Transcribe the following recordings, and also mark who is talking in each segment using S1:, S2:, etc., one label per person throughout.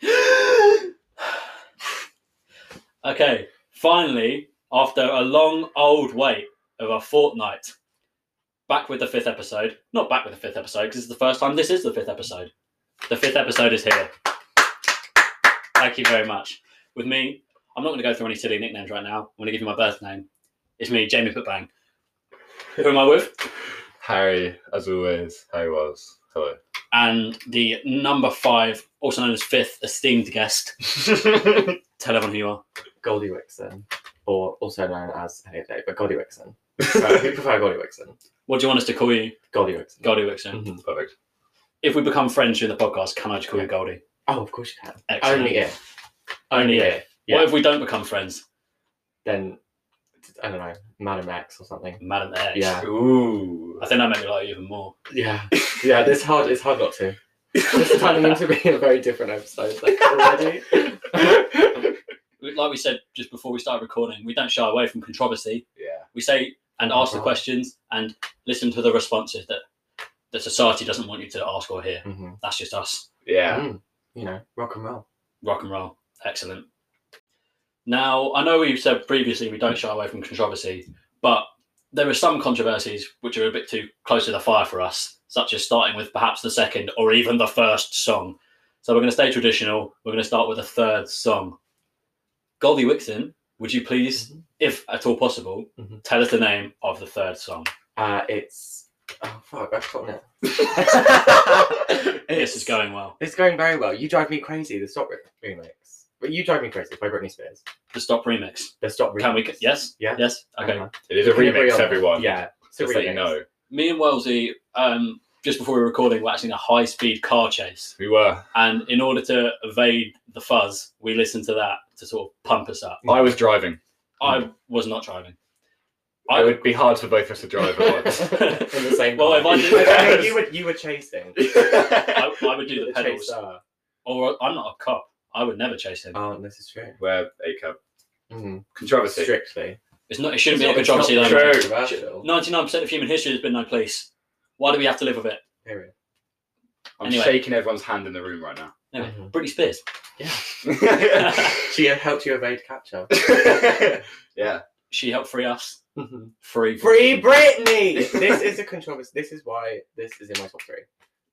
S1: Okay, finally, after a long old wait of a fortnight, back with the fifth episode. Not back with the fifth episode because it's the first time this is the fifth episode. The fifth episode is here. Thank you very much. With me, I'm not going to go through any silly nicknames right now. I'm going to give you my birth name. It's me, Jamie Putbang. Who am I with?
S2: Harry, as always. Harry Wells. Hello.
S1: And the number five, also known as fifth, esteemed guest. Tell everyone who you are.
S3: Goldie Wixon, or also known as Henny Day, but Goldie Wixon. Uh, we prefer Goldie Wixon.
S1: What do you want us to call you?
S3: Goldie Wixon.
S1: Goldie Wixon.
S3: Mhm.
S2: Perfect.
S1: If we become friends during the podcast, can I just call you Goldie?
S3: Oh, of course you can.
S1: Excellent.
S3: Only if.
S1: Only if.
S3: Yeah.
S1: What if we don't become friends?
S3: Then, I don't know, Madam X or something.
S1: Madam X.
S3: Yeah.
S2: Ooh.
S1: I think that made me like you even more.
S3: Yeah. Yeah, it's hard, it's hard not to. This is turning into being a very different episode like, already.
S1: Like we said just before we started recording, we don't shy away from controversy.
S2: yeah.
S1: We say and ask the
S3: Right.
S1: questions and listen to the responses that the society doesn't want you to ask or hear.
S3: hmm
S1: That's just us.
S2: Yeah.
S3: Mm, you know, rock and roll.
S1: Rock and roll. Excellent. Now, I know we've said previously we don't shy away from controversy, but there are some controversies which are a bit too close to the fire for us, such as starting with perhaps the second or even the first song. So we're going to stay traditional. We're going to start with the third song. Goldie Wixon, would you please,
S3: Mm-hmm.
S1: if at all possible,
S3: Mhm.
S1: tell us the name of the third song?
S3: Uh, it's. Oh, fuck, I've forgotten it.
S1: this is going well.
S3: It's going very well. You drive me crazy. The stop re- remix. But you drive me crazy by Britney Spears.
S1: The Stop remix.
S3: The stop remix.
S1: Can we? Yes.
S3: Yeah.
S1: Yes. Okay.
S3: Uh-huh.
S2: It is a
S3: We can agree
S2: remix,
S3: on that.
S2: everyone.
S3: Yeah. it's a
S2: Just so you
S3: remix.
S2: know.
S1: Me and Wellesley, um, just before we were recording, were actually in a high-speed car chase,
S2: We were.
S1: and in order to evade the fuzz, we listened to that to sort of pump us up.
S2: I was driving.
S3: Hmm.
S1: I was not driving.
S2: It would be hard for both of us to drive at once.
S3: In the same.
S1: Well,
S3: car.
S1: if I did-
S3: No, no, you were you were chasing.
S1: I, I would do
S3: You
S1: the
S3: were
S1: pedals,
S3: chaser.
S1: or I'm not a cop. I would never chase him.
S3: Oh, this is true.
S2: We're a cab.
S3: Mm.
S2: Controversy.
S3: Strictly.
S1: It's not. It shouldn't
S3: It's
S1: be a
S3: not- it's
S1: controversy.
S3: not
S1: though.
S3: controversial.
S1: Ninety-nine percent of human history has been no police. Why do we have to live with it?
S3: Period.
S2: I'm
S1: Anyway.
S2: shaking everyone's hand in the room right now.
S1: Anyway,
S3: Mhm.
S1: Britney Spears.
S3: She had helped you evade capture.
S2: yeah.
S1: She helped free us.
S3: Mm-hmm.
S1: Free.
S3: Free Britney. this is a controversy. This is why this is in my top three.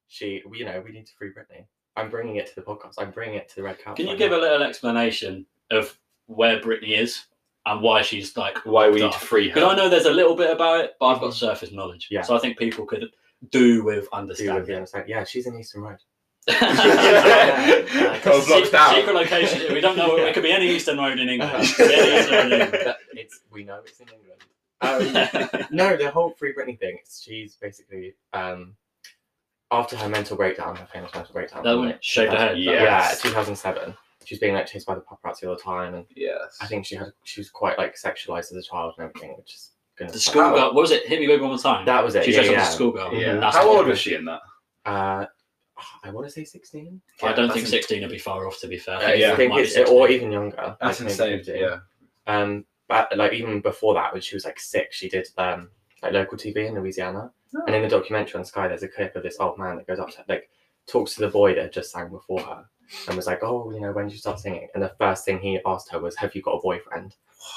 S3: She, you know, we need to free Britney. I'm bringing it to the podcast. I'm bringing it to the red carpet.
S1: Can you
S3: right
S1: give
S3: now.
S1: a little explanation of where Britney is and why she's like?
S2: Why we need to
S1: Dark.
S2: free
S1: Because I
S2: her.
S1: know there's a little bit about it, but I've got
S3: Mhm.
S1: surface knowledge.
S3: Yeah.
S1: So I think people could do with
S3: Do you
S1: understanding.
S3: understand? Yeah, she's in Eastern Road.
S2: I was
S1: secret,
S2: locked out.
S1: secret location. We don't know. It could be any Eastern Road in England.
S3: Uh-huh.
S1: It could be any Eastern Road in England.
S3: But it's we know it's in England. Um, no, the whole free Britney thing. it's- She's basically um, after her mental breakdown, her famous mental breakdown.
S1: That
S3: in,
S1: one
S3: like,
S1: shaved her head.
S2: Yeah. Yes.
S3: Yeah, 2007. She's being like chased by the paparazzi all the time, and
S2: Yes.
S3: I think she had she was quite like sexualized as a child and everything, which is gonna
S1: The schoolgirl. What was it? Hit me baby one more time.
S3: That was it.
S1: she
S3: yeah,
S1: dressed up
S3: yeah.
S1: as a schoolgirl.
S2: Yeah.
S1: That's
S2: How
S1: it.
S2: old was she in that?
S3: Uh, I want to say 16.
S1: I
S2: Yeah,
S1: don't
S2: that's
S1: think
S2: in-
S1: 16 would be far off. To be fair.
S2: Uh, yeah.
S3: I think
S1: might be
S3: it's, or
S1: 16.
S3: even younger.
S2: That's
S3: like maybe
S2: insane.
S3: 15.
S2: Yeah.
S3: Um, but like even before that, when she was like six, she did um like local TV in Louisiana, and in the documentary on Sky, there's a clip of this old man that goes up to like talks to the boy that had just sang before her, and was like, "Oh, you know, when did you start singing?" And the first thing he asked her was, "Have you got a boyfriend?"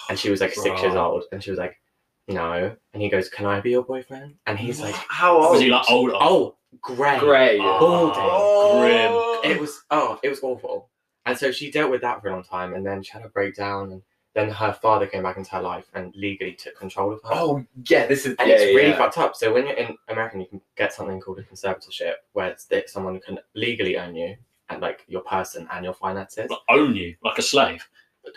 S3: And she was like six
S1: Bruh.
S3: years old, and she was like, "No." And he goes, "Can I be your boyfriend?" And he's like,
S2: How old?
S1: Was he like old?
S3: "Oh, great."
S2: Grey.
S3: Balding.
S1: Oh,
S3: it was oh it was awful and so she dealt with that for a long time and then she had a breakdown and then her father came back into her life and legally took control of her
S2: Oh yeah, this is
S3: and
S2: yeah,
S3: it's really
S2: yeah.
S3: fucked up so when you're in america you can get something called a conservatorship where it's that someone can legally own you and like your person and your finances
S1: Like, own you like a slave.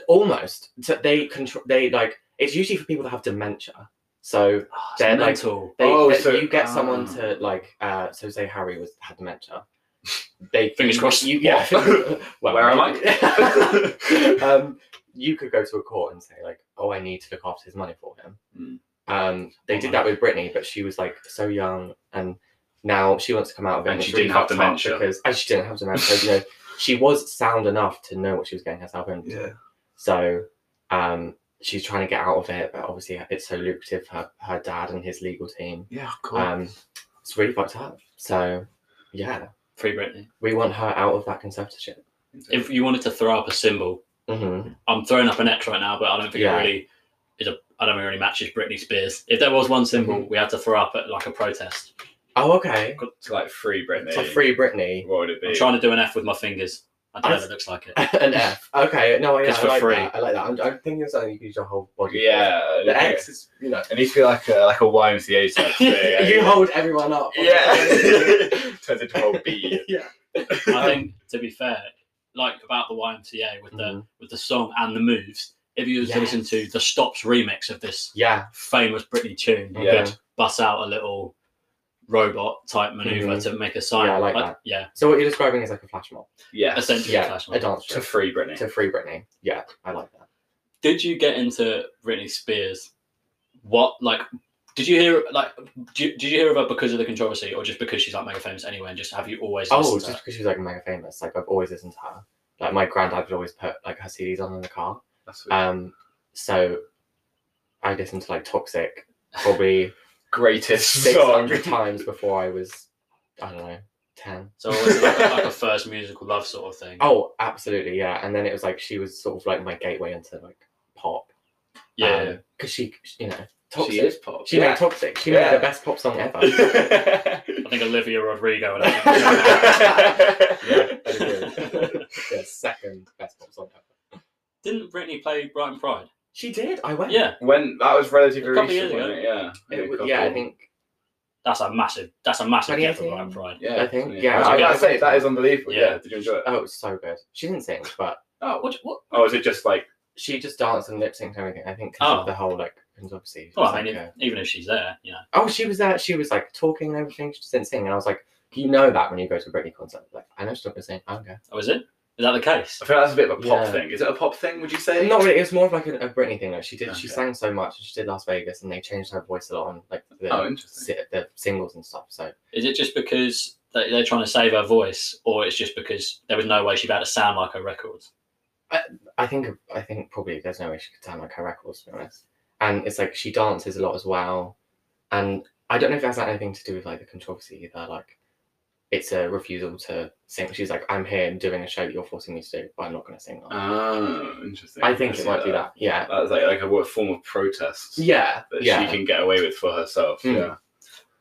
S3: almost so they control they like it's usually for people that have dementia so
S1: Oh, it's
S3: They're like-
S1: mental.
S3: they,
S2: Oh,
S3: that
S2: so-
S3: you get someone
S2: ah.
S3: to like uh so say harry was had dementia they
S1: Fingers crossed.
S3: you, yeah Well,
S2: Where am
S3: maybe. um, you could go to a court and say like, "Oh, I need to look after his money for him."
S2: Mm.
S3: Um, they did that with Britney, but she was like so young, and now she wants to come out of it.
S2: And
S3: it's
S2: she
S3: really
S2: didn't have
S3: fucked up
S2: dementia.
S3: because and she didn't have dementia. you know, she was sound enough to know what she was getting herself into.
S2: yeah.
S3: So, um, she's trying to get out of it, but obviously it's so lucrative. for Her her dad and his legal team.
S2: Yeah, of course.
S3: Um, it's really fucked up. So, yeah,
S1: Free Britney.
S3: we want her out of that conservatorship.
S1: If you wanted to throw up a symbol
S3: hmm
S1: I'm throwing up an X right now, but I don't think
S3: Yeah.
S1: it really is a. I don't think it really matches Britney Spears. If there was one symbol we had to throw up at like a protest,
S3: Oh, okay.
S2: It's like free Britney.
S3: So free Britney.
S2: What would it be?
S1: I'm trying to do an F with my fingers. I don't know if it looks like it.
S3: An F. Okay. No, I,
S1: Just
S3: I
S1: for
S3: like
S1: free.
S3: that. I like that. I'm, I'm thinking of something you could use your whole body. for.
S2: yeah.
S3: The X is, you know.
S2: I need to feel like a like a YMCA type thing. eh?
S3: you hold everyone up.
S2: Yeah. Turns into a whole bee.
S3: yeah.
S1: I think to be fair, like about the YMCA with the
S3: Mhm.
S1: with the song and the moves. If you was to listen
S3: Yes.
S1: to the Stops remix of this
S3: Yeah.
S1: famous Britney tune, you
S2: Yeah.
S1: could bust out a little robot type maneuver
S3: Mhm.
S1: to make a sign.
S3: Yeah, I like that.
S1: Yeah,
S3: So what you're describing is like a flash mob.
S2: Yeah.
S1: essentially a
S3: Yeah.
S1: flash
S3: A
S1: mob.
S3: dance
S2: To
S3: to,
S2: free Britney.
S3: to free Britney. Yeah. I like that.
S1: did you get into Britney Spears? What like did you hear like do you, did you hear of her because of the controversy or just because she's like mega famous anyway? And just have you always
S3: Oh,
S1: listened to
S3: just
S1: her?
S3: because she was like mega famous. Like I've always listened to her. Like my granddad would always put like her CDs on in the car.
S2: That's what-
S3: Um, so I listened to like Toxic probably
S2: greatest
S3: six
S2: song.
S3: hundred times before I was, I don't know, ten.
S1: So always like, like a first musical love sort of thing.
S3: Oh, absolutely, yeah. And then it was like she was sort of like my gateway into like pop.
S1: yeah.
S3: because she, you know,
S2: She
S3: Toxic.
S2: is pop.
S3: She made Toxic. She
S2: Yeah.
S3: made the best pop song ever.
S1: I think Olivia Rodrigo would have
S3: yeah, I agree. the second best pop song ever.
S1: Didn't Britney play Brighton Pride?
S3: She did. I went.
S1: Yeah,
S2: when that was relatively
S1: A couple years
S2: recent,
S1: ago.
S2: wasn't it? Yeah.
S3: It
S2: Maybe a
S3: w-
S2: couple.
S3: yeah, I think.
S1: that's a massive that's a massive get for Brighton
S3: 2018?
S1: Pride.
S2: Yeah,
S3: I think-
S2: yeah.
S3: yeah,
S2: I was
S1: I-
S2: about
S1: I
S2: to say
S3: think-
S2: that is unbelievable.
S1: Yeah.
S2: Yeah. Did you enjoy it?
S3: Oh, it was so good. She didn't sing, but
S2: Oh,
S1: What, what,
S2: or is it just like
S3: she just danced and lip synced and everything. I think 'cause
S1: Oh.
S3: of the whole like controversy. It
S1: well,
S3: was
S1: I mean,
S3: like
S1: if,
S3: a-
S1: even if she's there, you know.
S3: oh, she was there. She was like talking and everything. She just didn't sing, and I was like, you know that when you go to a Britney concert, like I know she's not gonna sing. I don't care.
S1: Oh, is it? Is that the case?
S2: I feel like that's a bit of a pop
S3: Yeah.
S2: thing. Is it a pop thing? Would you say? Oh,
S3: Not really. It was more of like a, a Britney thing. Like she did. She
S1: Okay.
S3: sang so much. and She did Las Vegas, and they changed her voice a lot on like the
S2: Oh, interesting.
S3: si- the singles and stuff. So
S1: Is it just because they- they're trying to save her voice, or it's just because there was no way she'd be able to sound like her records?
S3: I think I think probably there's no way she could sound like her records, to be honest. And it's like she dances a lot as well, and I don't know if that's like, anything to do with like the controversy either. Like, it's a refusal to sing. She's like, I'm here, I'm doing a show that you're forcing me to do, but I'm not going to sing. that."
S2: Oh, interesting.
S3: I think
S2: see
S3: it might be that. Yeah,
S2: That's like like a wo- form of protest.
S3: yeah,
S2: That
S3: yeah.
S2: she can get away with for herself.
S3: Mm.
S2: Yeah.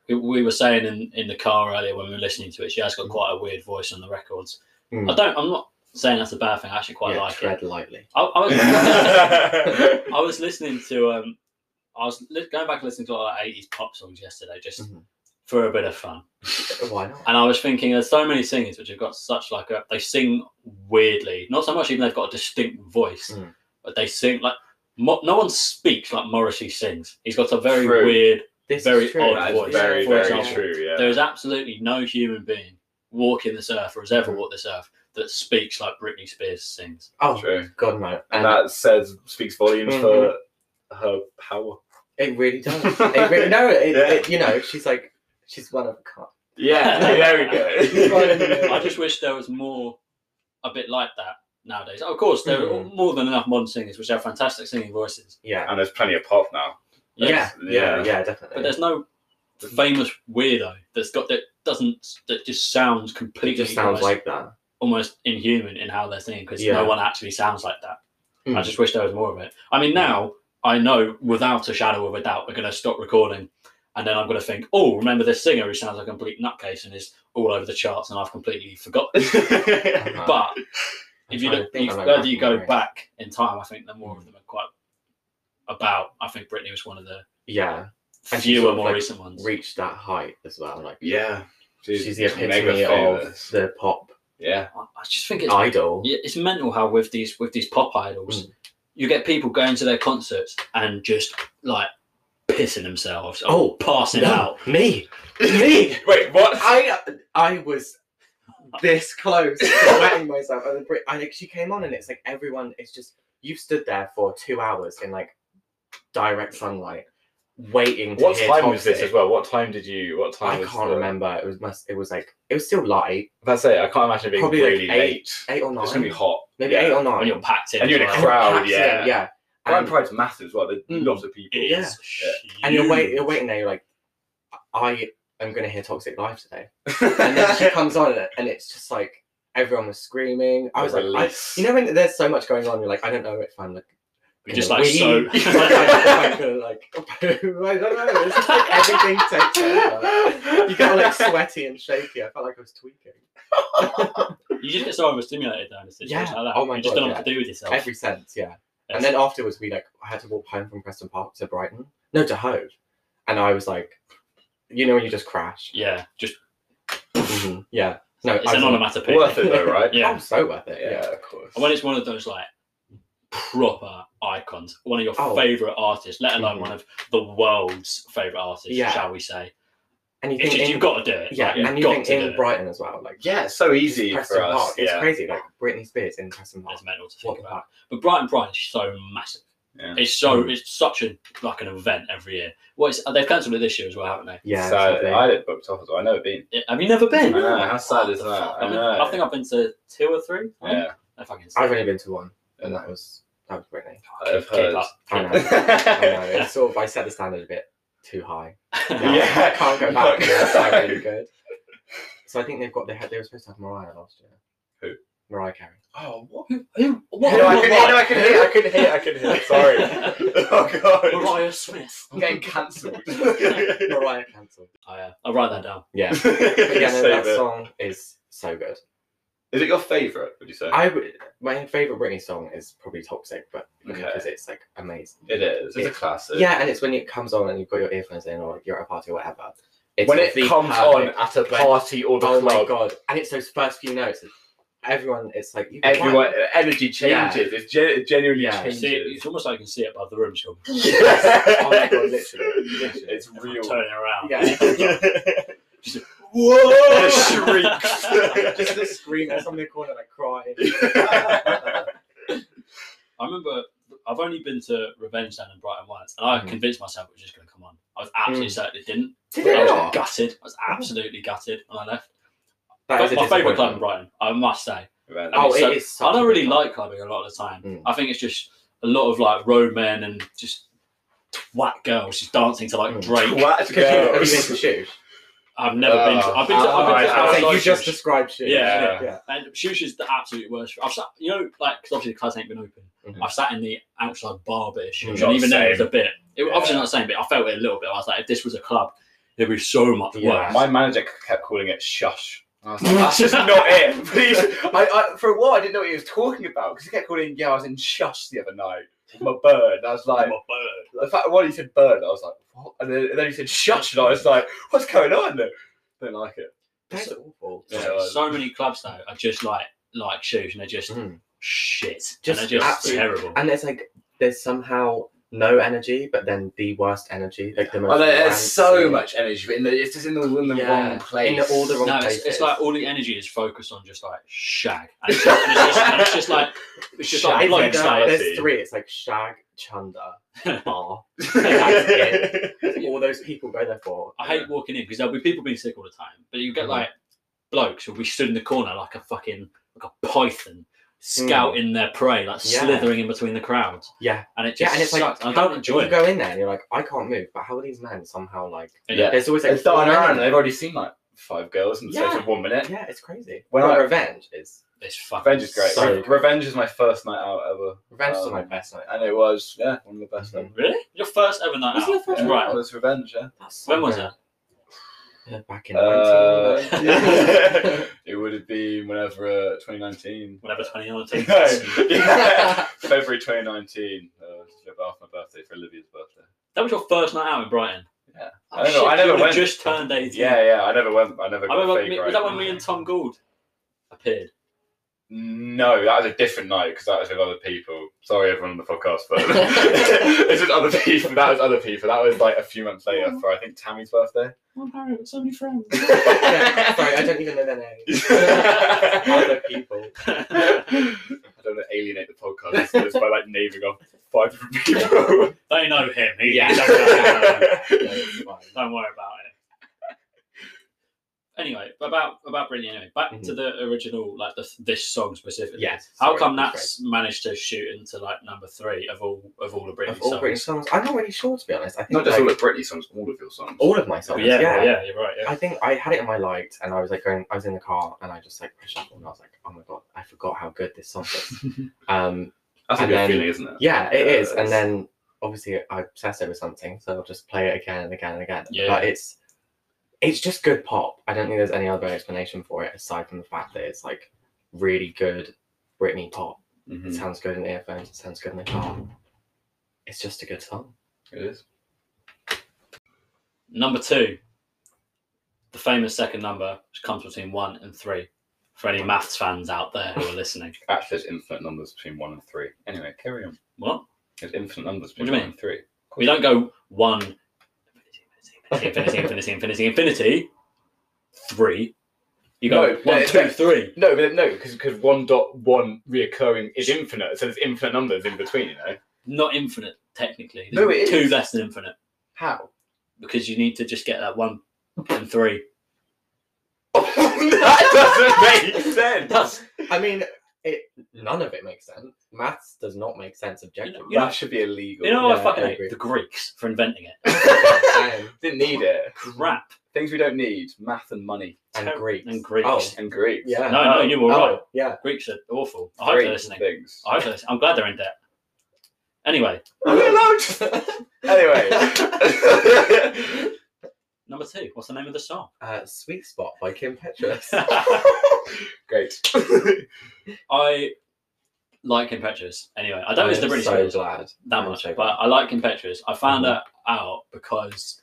S1: We, we were saying in, in the car earlier when we were listening to it, she has got quite a weird voice on the records.
S3: Mm.
S1: I don't. I'm not saying that's a bad thing. I actually quite
S3: yeah,
S1: like
S3: tread
S1: it.
S3: lightly.
S1: I, I was.
S2: yeah.
S1: I was listening to um, I was li- going back and listening to like eighties pop songs yesterday, just
S3: Mhm.
S1: for a bit of fun.
S3: Why not?
S1: And I was thinking, there's so many singers which have got such like a they sing weirdly, not so much even they've got a distinct voice,
S2: Hmm.
S3: Mm.
S1: but they sing like mo- no one speaks like Morrissey sings. He's got a very
S2: True.
S1: weird.
S3: This
S1: Very
S3: is true.
S1: odd
S2: That
S1: voice,
S2: is very,
S1: for
S2: very
S1: example.
S2: true. Yeah.
S1: There is absolutely no human being walking this earth or has
S2: Hmm.
S1: ever walked this earth that speaks like Britney Spears sings.
S3: Oh
S2: true.
S3: God, no.
S2: And
S3: And
S2: that says speaks volumes
S3: Mhm.
S2: for her power.
S3: it really does. It really no. It,
S2: Yeah.
S3: it, you know, she's like, she's one of a kind.
S2: Yeah,
S3: Right.
S1: I just wish there was more, a bit like that nowadays. Of course, there are
S2: Hmm.
S3: Mhm.
S1: more than enough modern singers which have fantastic singing voices.
S3: Yeah.
S2: and there's plenty of pop now.
S3: Yeah,
S2: Yes.
S3: yeah,
S2: Yeah.
S3: yeah, definitely.
S1: But there's no famous weirdo that's got that doesn't that just sounds
S3: it
S1: completely
S3: just sounds
S1: almost,
S3: like that.
S1: almost inhuman in how they're singing because
S3: Yeah.
S1: no one actually sounds like that. I
S3: Mm.
S1: just wish there was more of it. I mean, now I know without a shadow of a doubt we're going to stop recording, and then I'm going to think, oh, remember this singer who sounds like a complete nutcase and is all over the charts, and I've completely forgotten.
S3: Uh-huh.
S1: but
S3: I'm
S1: if you
S3: trying
S1: look,
S3: to think
S1: you,
S3: of, like,
S1: further you go
S3: recognised.
S1: back in time, I think the more
S3: Hmm.
S1: of them are quite about. I think Britney was one of the
S3: yeah, And she's
S1: fewer
S3: sort of,
S1: more
S3: like,
S1: recent ones.
S3: reached that height as well. Like
S2: yeah,
S3: she's, the epitome
S2: mega
S3: of
S2: famous.
S3: the pop
S2: yeah,
S1: I I just think it's
S3: idol.
S1: Yeah, it's mental how with these with these pop idols,
S3: Hmm.
S1: you get people going to their concerts and just like pissing themselves, or
S3: Oh,
S1: passing out.
S3: me, me.
S2: Wait, what?
S3: I I was this close to wetting myself. And the Brit- I like she came on and it's like everyone. It's just you stood there for two hours in like direct sunlight, waiting. To
S2: what
S3: hear
S2: time was this
S3: Toxic.
S2: as well? What time did you? What time?
S3: I
S2: was
S3: can't
S2: the-
S3: remember. It was must. It was like it was still light,
S2: That's it. I can't imagine it being
S3: Probably like
S2: really
S3: eight,
S2: late.
S3: eight or nine.
S2: It's gonna be hot.
S3: Maybe
S2: yeah.
S3: eight or nine.
S1: When you're packed in,
S2: And you're in
S1: as well.
S2: a
S3: You're
S2: crowd,
S3: packed in,
S2: yeah.
S3: yeah.
S2: Brian
S3: And-
S2: Pride's massive as well. There's
S3: Mm.
S2: lots of people.
S1: It is
S3: and you're waiting,
S1: huge.
S3: you're waiting there. You're like, I am gonna hear Toxic Live today, and then she comes on, and, and it's just like Everyone was screaming. I
S2: The
S3: was like, I,
S2: release.
S3: you know, when there's so much going on, you're like, I don't know if I'm like,
S1: You're just
S3: gonna
S1: like, so.
S3: win. I'm gonna, like, I don't know. It's just like everything takes over. You got like sweaty and shaky. I felt like I was tweaking.
S1: you just get so overstimulated down the situation
S3: Yeah.
S1: like that.
S3: Oh my
S1: you just
S3: God,
S1: don't know
S3: yeah.
S1: what to do with yourself.
S3: Every sense, yeah.
S1: Yes.
S3: And then afterwards, we like I had to walk home from Preston Park to Brighton, no to Hove, and I was like, you know, when you just crash.
S1: yeah, just
S3: Mhm, Yeah. No,
S1: it's
S3: I
S1: an
S3: was like,
S1: onomatopoeia.
S2: Worth it though, right?
S1: Yeah.
S3: Oh, so worth it. Yeah.
S2: Yeah, of course.
S1: And when it's one of those like proper icons, one of your
S3: Oh.
S1: favorite artists, let alone
S3: Mhm.
S1: one of the world's favorite artists,
S3: Yeah.
S1: shall we say?
S3: And you
S1: It's
S3: think
S1: just
S3: in,
S1: you've got to do it.
S3: yeah,
S1: Like, you've
S3: and you
S1: got
S3: think
S1: to
S3: in
S1: do
S3: Brighton as well, like
S2: yeah, it's so easy
S3: Preston
S2: for us.
S3: Park. It's
S2: yeah.
S3: crazy, like Britney Spears in Preston
S1: it.
S3: Park.
S1: It's mental to
S3: What
S1: think
S3: the
S1: about.
S3: fuck?
S1: But Brighton Pride is so massive.
S2: Yeah.
S1: It's so
S3: Mm.
S1: it's such a like an event every year. Well, it's, they've cancelled it this year as well, haven't they?
S3: Yeah.
S2: so
S3: something.
S2: I had it booked off as well. I've never been.
S1: Yeah, Have you never been?
S2: I know, how sad
S1: What
S2: is
S1: the
S2: that?
S1: fuck?
S2: I
S1: I've been-
S2: know.
S1: I think I've been to two or three. I think.
S2: Yeah.
S1: I fucking.
S3: I've only been to one, and that was that was Britney.
S2: I've
S1: Keep
S2: heard.
S1: up.
S3: I know. I know. It's sort of I set the standard a bit too high. Now,
S2: Yeah.
S3: I can't go back.
S2: No.
S3: It's like really good. So I think they've got they had they were supposed to have Mariah last year.
S2: Who?
S3: Mariah Carey.
S2: oh, what?
S1: Who- who- what-
S2: What, no, I
S1: what-
S2: can,
S1: what-
S2: no, I can hear. I can hear. I can hear. Sorry. oh god.
S1: Mariah Smith.
S2: I'm getting cancelled.
S3: Mariah cancelled.
S1: Oh, yeah. I'll write that down.
S3: Yeah. But yeah, no, that
S2: Save it.
S3: song is so good.
S2: Is it your favourite? Would you say?
S3: I would, my favorite Britney song is probably Toxic, but
S2: Okay.
S3: because it's like amazing.
S2: it is. It's
S3: It-
S2: a classic.
S3: Yeah, and it's when it comes on and you've got your earphones in or like you're at a party or whatever. It's
S2: when
S3: like
S2: it
S3: the
S2: comes
S3: perfect-
S2: on at a
S3: when-
S2: party or the
S3: oh my
S2: club,
S3: god! And it's those first few notes. Everyone, it's like you can
S2: everyone uh, energy
S3: Yeah.
S2: changes. It's gen- it genuinely
S3: Yeah.
S1: You
S2: changes.
S1: see, it's almost like you can see it above the room. She'll
S3: Yes. Oh my God, literally, literally.
S2: It's real.
S1: turn it around.
S3: Yeah.
S2: Whoa!
S3: find- just the scream at somebody in the corner like crying.
S1: I remember I've only been to Revenge Down in Brighton once, and I
S2: Mm-hmm.
S3: Mhm.
S1: convinced myself it was just going to come on. I was absolutely
S2: Mm.
S1: certain it didn't.
S3: Did
S1: I
S3: it
S1: was
S3: not?
S1: gutted. I was absolutely gutted when I left.
S3: Mm-hmm. That is a
S1: my favourite club in
S3: disappointment.
S1: Brighton, I must say. I
S2: Right.
S1: mean,
S3: Oh,
S1: so-
S3: it is. such
S1: I
S3: a
S1: don't
S3: good
S1: really
S3: club.
S1: like clubbing a lot of the time.
S3: Mm.
S1: I think it's just a lot of like roadmen and just twat girls just dancing to like
S3: Mm.
S1: Drake.
S2: What
S3: Have you
S2: girls?
S3: been to Shoes?
S1: I've never
S2: Uh,
S1: been to. I've been to. I've been
S2: alright,
S1: to
S2: I was
S1: Paradise
S2: like,
S3: you just
S1: Shoes.
S3: described Oh, Shoes.
S1: Yeah.
S3: yeah.
S1: And Shush is the absolute worst. I've sat, you know, like 'cause obviously the clubs ain't been open.
S3: Mhm.
S1: I've sat in the outside bar bit of
S3: Mm,
S1: Shush,
S2: Not
S1: and even
S2: the
S1: there it was a
S2: same.
S1: bit. It was
S2: Yeah.
S1: obviously not the same, but I felt it a little bit. I was like, if this was a club, it'd be so much
S3: Yeah.
S1: worse.
S2: My manager kept calling it shush.
S3: Oh,
S2: I was like, that's just not it. Please. I, I, for a while, I didn't know what he was talking about because he kept calling, yeah, I was in shush the other night. My bird. And I was like,
S1: I'm a bird.
S2: the fact when he said bird, I was like, what? And then, and then he said shush. And I was like, what's going on? Don't like it.
S3: That's awful.
S2: Yeah.
S1: So- so many clubs though are just like like Shush, and they're just
S3: Mm.
S1: shit.
S3: Just
S1: and they're just
S3: absolute-
S1: terrible.
S3: And there's like there's somehow no energy, but then the worst energy, like the most.
S2: Oh, no, there's so
S3: rancy-
S2: much energy, but in the, it's just in the, in the
S3: Yeah.
S2: wrong place.
S3: In the- all the wrong
S1: no, it's, it's
S3: places.
S1: like all the energy is focused on just like shag. And it's, just, and it's, just, and it's just like it's just
S3: Shag,
S1: like blood
S3: like,
S2: style.
S3: there's three. It's like Shag, Chanda, Bar. all those people go there for.
S1: I hate walking in because there'll be people being sick all the time, but you get
S3: Mhm.
S1: like blokes who'll be stood in the corner like a fucking like a python scouting their prey, like
S3: Mm. Yeah.
S1: slithering in between the crowd,
S3: Yeah,
S1: and it
S3: yeah,
S1: just
S3: and it's like
S1: sucks. I don't enjoy
S3: You
S1: it.
S3: go in there and you're like, I can't move, but how are these men somehow like?
S2: Yeah.
S3: There's always like
S2: They've started
S3: four
S2: around.
S3: men.
S2: They've already seen like five girls in the space
S3: Yeah.
S2: of one minute.
S3: Yeah, it's crazy.
S2: When
S3: When but
S2: I-
S3: revenge is
S1: It's fucking
S2: Revenge is great.
S3: So-
S2: Re- Revenge is my first night out ever,
S3: revenge is
S2: Um,
S3: my best night.
S2: and it was yeah one of the best.
S3: Mhm.
S2: ever.
S1: Really? Your first ever night
S3: Was
S1: out?
S3: it your first
S2: Yeah,
S1: right.
S2: it was Revenge. Yeah.
S3: That's so
S1: When was
S3: good.
S1: that?
S3: Yeah, Back in.
S2: Uh,
S3: 1990.
S1: yeah.
S2: it would have been whenever uh, 2019.
S1: Whenever 2019.
S2: No. Yeah. February 2019. Uh, just after my birthday for Olivia's birthday.
S1: That was your first night out in Brighton.
S2: Yeah.
S1: Oh,
S2: I never,
S1: shit,
S2: I
S1: you
S2: never
S1: were
S2: went.
S1: Just turned 18.
S2: Yeah, yeah. I never went. I never
S1: I
S2: got
S1: remember.
S2: a fake
S1: me-
S2: right.
S1: was that when me and Tom Gould appeared?
S2: No, that was a different night because that was with other people. Sorry, everyone on the podcast, but it's with other people. That was other people. That was like a few months later for I think Tammy's birthday.
S1: I'm Harry. I've got so many friends.
S3: Yeah, Sorry, I don't even know their names. Other people.
S2: I don't want to alienate the podcast listeners by like naming off five different people.
S1: they know him. He,
S3: Yeah.
S1: yeah.
S3: No, it's fine.
S1: Don't worry about it. Anyway, about about Britney. Anyway, back to
S2: Mm-hmm.
S3: Mhm.
S1: the original, like the, this song specifically.
S3: Yes.
S1: How
S3: sorry,
S1: come
S3: that's
S1: that's managed to shoot into like number three of all of all the
S3: great.
S1: Britney
S3: of all
S1: songs?
S3: Britney songs? I'm not really sure to be honest. I think
S2: Not just
S3: like,
S2: all of Britney songs, all of your songs.
S3: all of my
S1: Oh,
S3: songs.
S1: yeah, yeah, yeah, you're right. Yeah.
S3: I think I had it in my light, and I was like going. I was in the car, and I just like pushed up, and I was like, "Oh my god, I forgot how good this song is." um,
S2: That's a good
S3: And then-
S2: feeling, isn't it?
S3: yeah, it is.
S2: Yes.
S3: And then obviously I obsess over something, so I'll just play it again and again and again.
S1: Yeah.
S3: But it's it's just good pop. I don't think there's any other explanation for it aside from the fact that it's like really good Britney pop. It
S2: Mhm.
S3: sounds good in earphones. It sounds good in the car. It's just a good song.
S2: It is.
S1: Number two, the famous second number, which comes between one and three. For any maths fans out there who are listening,
S2: Actually, there's infinite numbers between one and three. Anyway, carry on.
S1: what
S2: There's infinite numbers
S1: What
S2: between
S1: do you
S2: one
S1: mean?
S2: and three.
S1: we don't go one, infinity, infinity, infinity, infinity, infinity, three. You go
S2: No, no,
S1: one,
S2: it's
S1: two,
S2: like-
S1: three.
S2: No, but no, because one dot one reoccurring is infinite, so there's infinite numbers in between. You know
S1: Not infinite, technically.
S2: No, it
S1: two
S2: is.
S1: less than infinite
S2: how?
S1: because you need to just get that one and three.
S2: that doesn't make sense.
S3: I mean, it none of it makes sense. Maths does not make sense objectively.
S1: You know-
S2: that should be illegal.
S1: You know what
S3: Yeah,
S1: I fucking
S3: I
S1: hate?
S3: agree.
S1: The Greeks for inventing it.
S3: Um,
S2: Didn't need it.
S1: Crap.
S2: Things we don't need: math and money
S3: and
S1: Ter-
S3: Greeks.
S1: and Greeks.
S3: Oh,
S2: and Greek.
S3: yeah.
S1: No, no, you were right.
S3: Oh, yeah.
S1: Greeks are awful. I hope
S2: Greek
S1: they're listening.
S2: Things.
S1: I hope they're listening. I'm glad they're in debt. Anyway,
S2: Are
S3: Oh,
S2: we allowed to- anyway.
S1: number two. What's the name of the song?
S3: uh, Sweet Spot by Kim Petras.
S2: Great.
S1: I like Impetuous. Anyway, I don't miss the
S3: I'm
S1: British
S3: so
S1: songs
S3: glad.
S1: that
S3: I'm
S1: much,
S3: so
S1: but
S3: glad.
S1: I like Impetuous. I found
S3: Mhm.
S1: that out because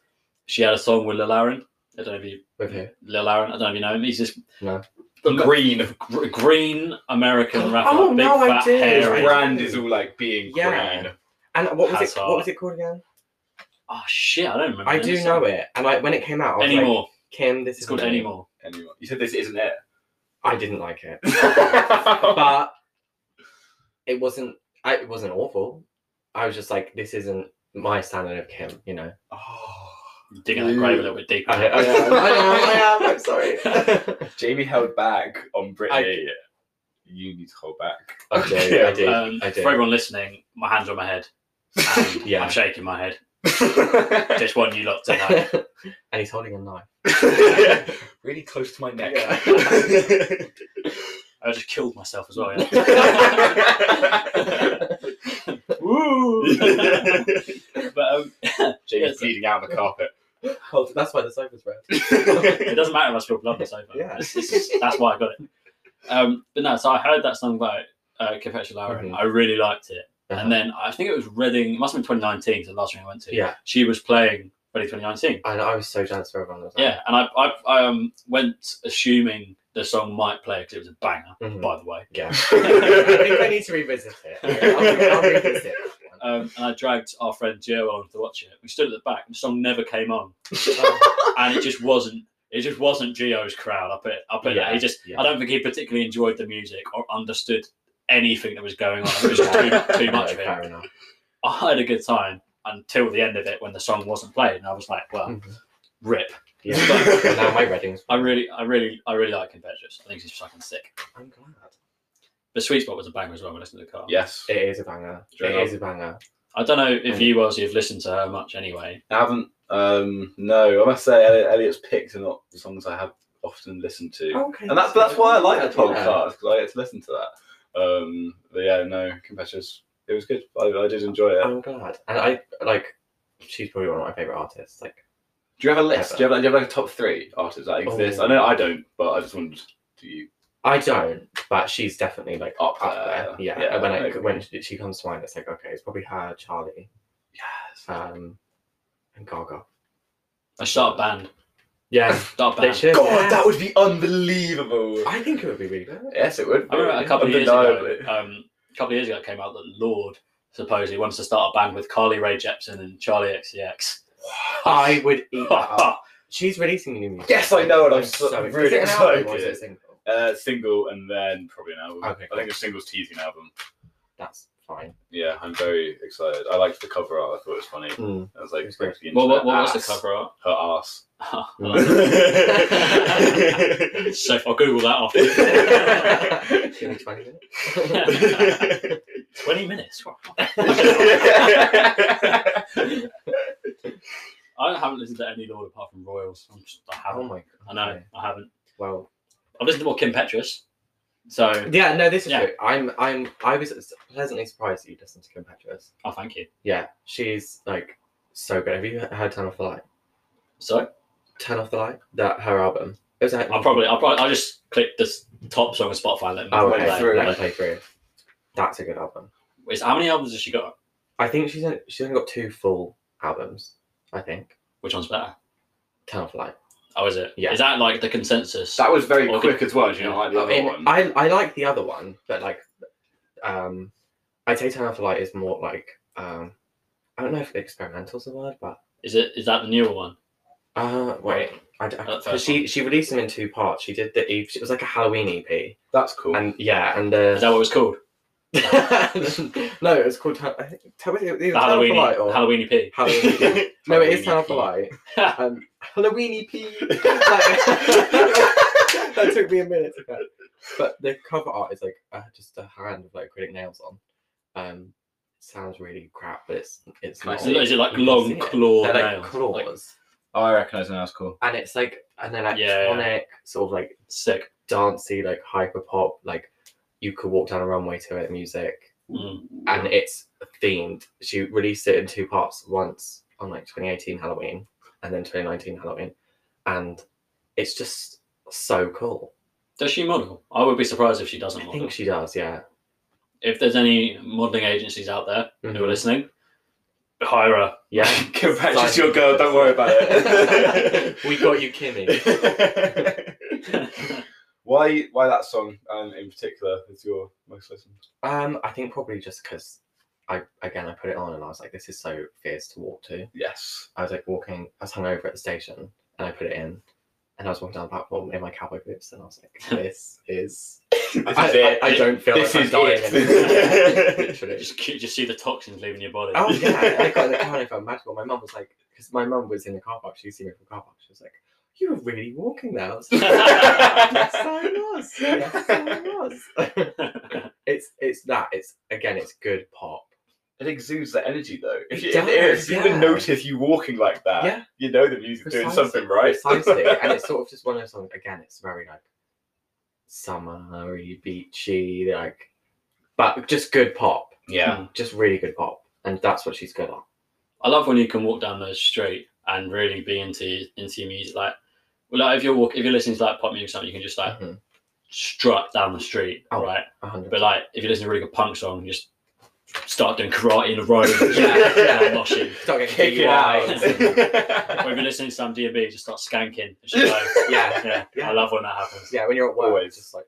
S1: she had a song with Lil Aaron. I don't know if you
S3: With who?
S1: Lil Aaron. I don't know if you know him. He's this
S3: No.
S2: Green
S1: gr- green American rapper.
S3: Oh,
S1: big
S3: no, I
S1: fat
S3: did.
S1: hair.
S3: Right.
S2: brand is all like being
S3: Yeah.
S2: green.
S3: And what was it?
S1: Hazard.
S3: What was it called again?
S1: Oh shit! I don't remember.
S3: I
S1: this
S3: do
S1: song.
S3: know it. And like when it came out, I was like,
S1: Anymore.
S3: Kim, this
S1: it's
S3: is
S1: called
S3: me.
S1: Anymore.
S2: Anyway, you said this isn't it. Oh.
S3: I didn't like it,
S2: but
S3: but it wasn't. I, it wasn't awful. I was just like, this isn't my standard of Kim. You know.
S1: digging that
S2: Ooh.
S1: grave a little bit deeper.
S3: I, I am. I am. I am. I'm sorry.
S2: Jamie held back on Britney. You need to hold back.
S3: I do. I do.
S1: um,
S3: I do.
S1: For everyone listening, my hands are on my head. And
S3: Yeah.
S1: I'm shaking my head. Just want you lot to know.
S3: and he's holding a knife.
S2: really close to my neck.
S1: I just killed myself as well. Yeah. but um,
S2: Jamie's bleeding out on the carpet.
S3: Oh, that's why the sofa's red.
S1: it doesn't matter if I spill blood on the sofa.
S3: Yeah.
S1: It's- it's- that's why I got it. Um, but no, so I heard that song by uh, Confession Lara and
S3: Mhm.
S1: I really liked it.
S3: Uh-huh.
S1: And then I think it was Reading, it must have been 2019, 'cause the last one I went to.
S3: Yeah,
S1: She was playing Reading 2019.
S3: and I was so jealous for everyone. that was like-
S1: Yeah, and I, I, I um, went assuming the song might play because it was a banger,
S3: Mhm.
S1: by the way.
S3: yeah. I think I need to revisit it. I'll, I'll revisit it.
S1: Um, and I dragged our friend Joe on to watch it. We stood at the back, and the song never came on, and it just wasn't. It just wasn't Gio's crowd. I put. it- I put. Yeah,
S3: Yeah,
S1: he just.
S3: yeah.
S1: I don't think he particularly enjoyed the music or understood anything that was going on. It was just too, too much of it.
S3: Fair enough.
S1: I had a good time until the end of it when the song wasn't played, and I was like, "Well,
S3: Mhm.
S1: rip."
S3: Yeah. Well, now my readings.
S1: I really, I really, I really like Impetuous. I think he's fucking sick.
S3: I'm glad.
S1: But Sweet Spot was a banger as well. When I listened to the car.
S2: yes.
S3: It is a banger.
S2: Straight
S3: it
S2: up.
S3: is a banger.
S1: I don't know
S3: Hmm.
S1: if you, Wells, you've listened to her much anyway.
S2: I haven't. Um, no, I must say Elliot, Elliot's picks are not songs I have often listened to,
S3: Okay.
S2: and that's that's why I like the
S3: Yeah.
S2: podcast because I get to listen to that. Um, but yeah, no, competitors. It was good. I, I did enjoy it.
S3: I'm glad, and I like. She's probably one of my favorite artists. Like,
S2: Do you have a list? Do you have, like, do you have like a top three artists that exist?
S3: Oh.
S2: I know I don't, but I just wondered. Do you?
S3: I don't, but she's definitely like
S2: Up
S3: up
S2: there.
S3: there. Yeah.
S2: Yeah,
S3: and when I,
S2: okay.
S3: when she, she comes to mind, it's like okay, it's probably her, Charlie,
S2: Yes.
S3: um, and Gaga.
S1: I start a band.
S3: Yeah,
S1: Start a
S3: they
S1: band.
S3: should.
S2: God, that would be unbelievable.
S3: I think it would be really good.
S2: Yes, it would.
S1: I remember
S2: be,
S1: a couple of years
S2: undeniably.
S1: ago. Um, a couple of years ago, it came out that Lord supposedly wants to start a band with Carly Rae Jepsen and Charlie XCX.
S3: I would eat that up.
S1: I
S3: She's releasing new music.
S2: Yes, I know, and I'm so- I'm really
S3: is it an album or is
S2: excited.
S3: it a single?
S2: Uh, single and then probably an album.
S3: Okay,
S2: I
S3: cool.
S2: think the single's teasing album.
S3: That's fine.
S2: Yeah, I'm very excited. I liked the cover art. I thought it was funny.
S3: Mm.
S2: I was like,
S3: It was good.
S2: expecting
S1: What, what,
S2: her
S1: what was the
S2: ass.
S1: cover art?
S2: Her ass.
S1: I like that. so I'll Google that
S3: Give me 20 minutes.
S1: after. 20 minutes. I haven't listened to any Lord apart from Royals. I'm just, I
S3: oh
S1: haven't.
S3: my god.
S1: I know,
S3: Okay.
S1: I haven't.
S3: Well,
S1: I've listened to more Kim Petras. So,
S3: yeah, no, this is
S1: Yeah.
S3: true. I'm, I'm, I was pleasantly surprised that you listened to Competitors.
S1: oh, thank you.
S3: Yeah, she's like so good. Have you heard Turn Off the Light?
S1: So,
S3: Turn Off the Light? That her album. It was like
S1: I'll probably, I'll probably, I'll just click this top song on Spotify. Let me
S3: Oh,
S2: Play
S3: okay.
S2: through.
S3: Let her play through. That's a good album.
S1: Is, how many albums has she got?
S3: I think she's only, she's only got two full albums. I think
S1: Which one's better?
S3: Turn Off the Light.
S1: Oh, is it?
S3: Yeah.
S1: Is that like the consensus?
S2: that was very
S1: Okay.
S2: quick as well. Do you know, like the
S3: I
S2: other
S3: mean,
S2: one.
S3: I, I like the other one, but like, um, I'd say Turn Off the Light is more like, um, I don't know if experimental's the word, but
S1: Is it? Is that the newer one?
S3: uh, wait, I, d- I-
S1: That
S3: 'cause
S1: first
S3: she she released them in two parts. She did the EP. It was like a Halloween EP,
S2: That's cool.
S3: and yeah, and the
S1: Is that what it's called?
S3: no, it was called Turn- I think Turn it was either
S1: The
S3: Turn Off the Light
S1: Halloween, E
S3: or
S1: Halloween EP.
S3: Halloween. EP. No, it is Turn
S2: Halloween EP.
S3: Off the Light. Um, Halloween EP. Like- that took me a minute. To get. But the cover art is like uh, just a hand with like acrylic nails on. Um, sounds really crap, but it's it's
S2: Can I
S3: not.
S1: So is it like
S3: You can see
S1: long
S3: it.
S1: claw
S3: They're like
S1: nails?
S3: claws,
S1: Like,
S2: Oh, I recognise now. That's cool.
S3: and it's like an electronic
S1: yeah.
S3: sort of like
S1: sick.
S3: dancey, like hyper pop, like you could walk down a runway to it music,
S1: Mm.
S3: and it's themed. She released it in two parts, once on like 2018 Halloween, and then 2019 Halloween, and it's just so cool.
S1: Does she model? I would be surprised if she doesn't
S3: I
S1: model.
S3: think she does, yeah.
S1: If there's any modeling agencies out there who are
S3: Mhm.
S1: listening, hire her.
S3: Yeah.
S2: Congratulations, your girl. Don't worry about it.
S3: we got you, Kimmy.
S2: why? Why that song um, in particular is your most listened?
S3: Um, I think probably just because I again I put it on and I was like, this is so fierce to walk to.
S2: Yes.
S3: I was like walking, I was hungover at the station, and I put it in, and I was walking down the platform in my cowboy boots, and I was like, this is.
S2: This
S3: I,
S2: is it.
S3: I, I don't feel
S2: This
S3: like
S2: is
S3: I'm dying
S2: it.
S3: anymore. Literally.
S1: Just you just see the toxins leaving your body.
S3: Oh yeah, I got in the car and I felt magical. My mum was like, because my mum was in the car park, she used to see me from the car park. She was like, "You were really walking now." I was like, yes, I was. Yes, I was. it's it's that. It's again, it's good pop.
S2: It exudes the energy though. If
S3: It
S2: you,
S3: does,
S2: if you even
S3: yeah.
S2: notice you walking like that,
S3: Yeah.
S2: you know the music's doing
S3: Precisely,
S2: something right.
S3: Precisely, and it's sort of just one of those songs. Again, it's very like summery, beachy, like, but just good pop.
S2: yeah.
S3: Just really good pop, and that's what she's good at.
S1: I love when you can walk down the street and really be into into your music. Like, well, like if you're walk, if you're listening to like pop music, or something you can just like
S2: Uh-huh.
S3: Mhm,
S1: strut down the street,
S3: Oh.
S1: right?
S3: A hundred.
S1: But like if you listen to a really good punk song, you just start doing karate in the road,
S2: Yeah, yeah.
S1: and moshing.
S3: Start getting
S2: Kick it
S3: DUIs.
S1: Or
S2: out.
S1: if you're listening to some DMB, just start skanking. It's just like,
S3: yeah,
S1: yeah,
S3: Yeah.
S1: I love when that happens.
S3: yeah. When you're at work,
S2: Always.
S3: it's just like.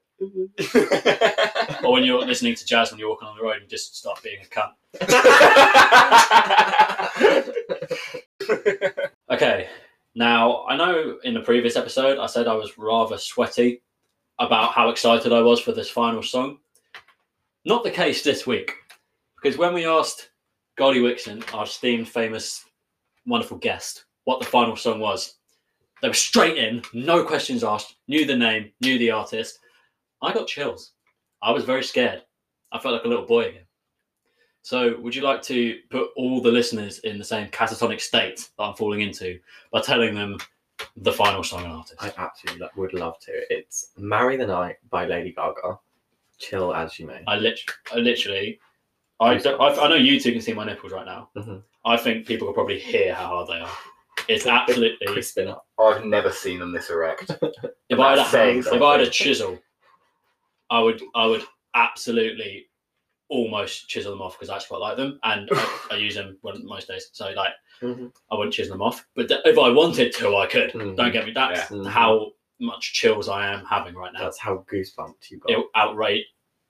S1: Or when you're listening to jazz when you're walking on the road, you just start being a cunt. Okay, now I know in the previous episode I said I was rather sweaty about how excited I was for this final song. Not the case this week, because when we asked Goldie Wixon, our esteemed, famous, wonderful guest, what the final song was, they were straight in, no questions asked, knew the name, knew the artist. I got chills. I was very scared. I felt like a little boy again. So, would you like to put all the listeners in the same catatonic state that I'm falling into by telling them the final song and artist?
S3: I absolutely lo- would love to. It's "Marry the Night" by Lady Gaga. Chill as you may.
S1: I, lit- I literally, I, don't- I, I know you two can see my nipples right now.
S2: Mm-hmm.
S3: Mhm.
S1: I think people can probably hear how hard they are. It's absolutely.
S3: Crispin up.
S2: I've never seen them this erect.
S1: If I had a
S2: saying
S1: hand, if I had a
S2: something.
S1: chisel, I would, I would absolutely almost chisel them off because I actually quite like them and I, I use them when, most days. So like,
S3: Mhm.
S1: I wouldn't chisel them off. But th- if I wanted to, I
S2: Mm-hmm.
S1: could.
S3: Mhm.
S1: Don't get me. That's
S3: Yeah. Mhm.
S1: how much chills I am having right now.
S3: That's how goosebumped you got.
S1: It outrage.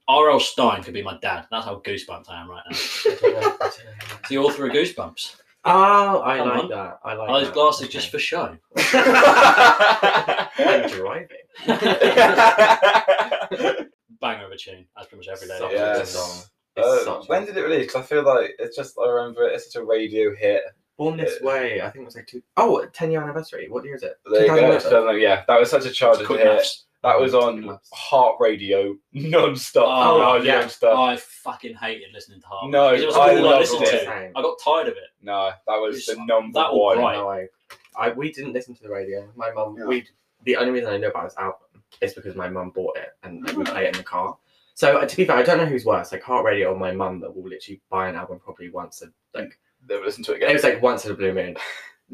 S1: R.L. Stein could be my dad. That's how goosebumps I am right now. the author of Goosebumps.
S3: oh, I
S1: Come
S3: like
S1: on.
S3: that. I like
S1: Are those
S3: that.
S1: Oh, glasses
S3: Okay.
S1: just for show?
S3: and driving.
S1: Banger of a tune, as pretty much every day.
S3: Such a good
S2: Yes.
S3: song. It's
S2: Uh,
S3: such a-
S2: when did it release? 'Cause I feel like it's just I remember it, it's such a radio hit.
S3: Born This
S2: Uh,
S3: Way, I think it was like two oh, 10 year anniversary. What year is it?
S2: There you go.
S3: 2011.
S2: So, yeah, that was such a charged
S1: Quick
S2: hit.
S1: maths.
S2: That was
S3: Quick
S2: on
S3: maths.
S2: Heart Radio non-stop.
S1: Oh,
S2: Oh,
S3: yeah.
S2: non-stop.
S1: I fucking hated listening to Harvey.
S2: No,
S1: it was all
S2: I
S1: I,
S2: loved
S1: listened
S2: it.
S1: to. I got tired of it.
S2: No, that was
S1: It's-
S2: the number
S1: that will
S2: one.
S1: cry.
S3: No, I, I we didn't listen to the radio. My mum,
S2: Yeah.
S3: we the only reason I know about this album is because my mum bought it and
S2: Mm-hmm.
S3: like, we play it in the car. So uh, to be fair, I don't know who's worse, like Heart Radio or my mum that will literally buy an album probably once a like
S2: Never listened to it
S3: it
S2: again.
S3: was like once in a blue moon.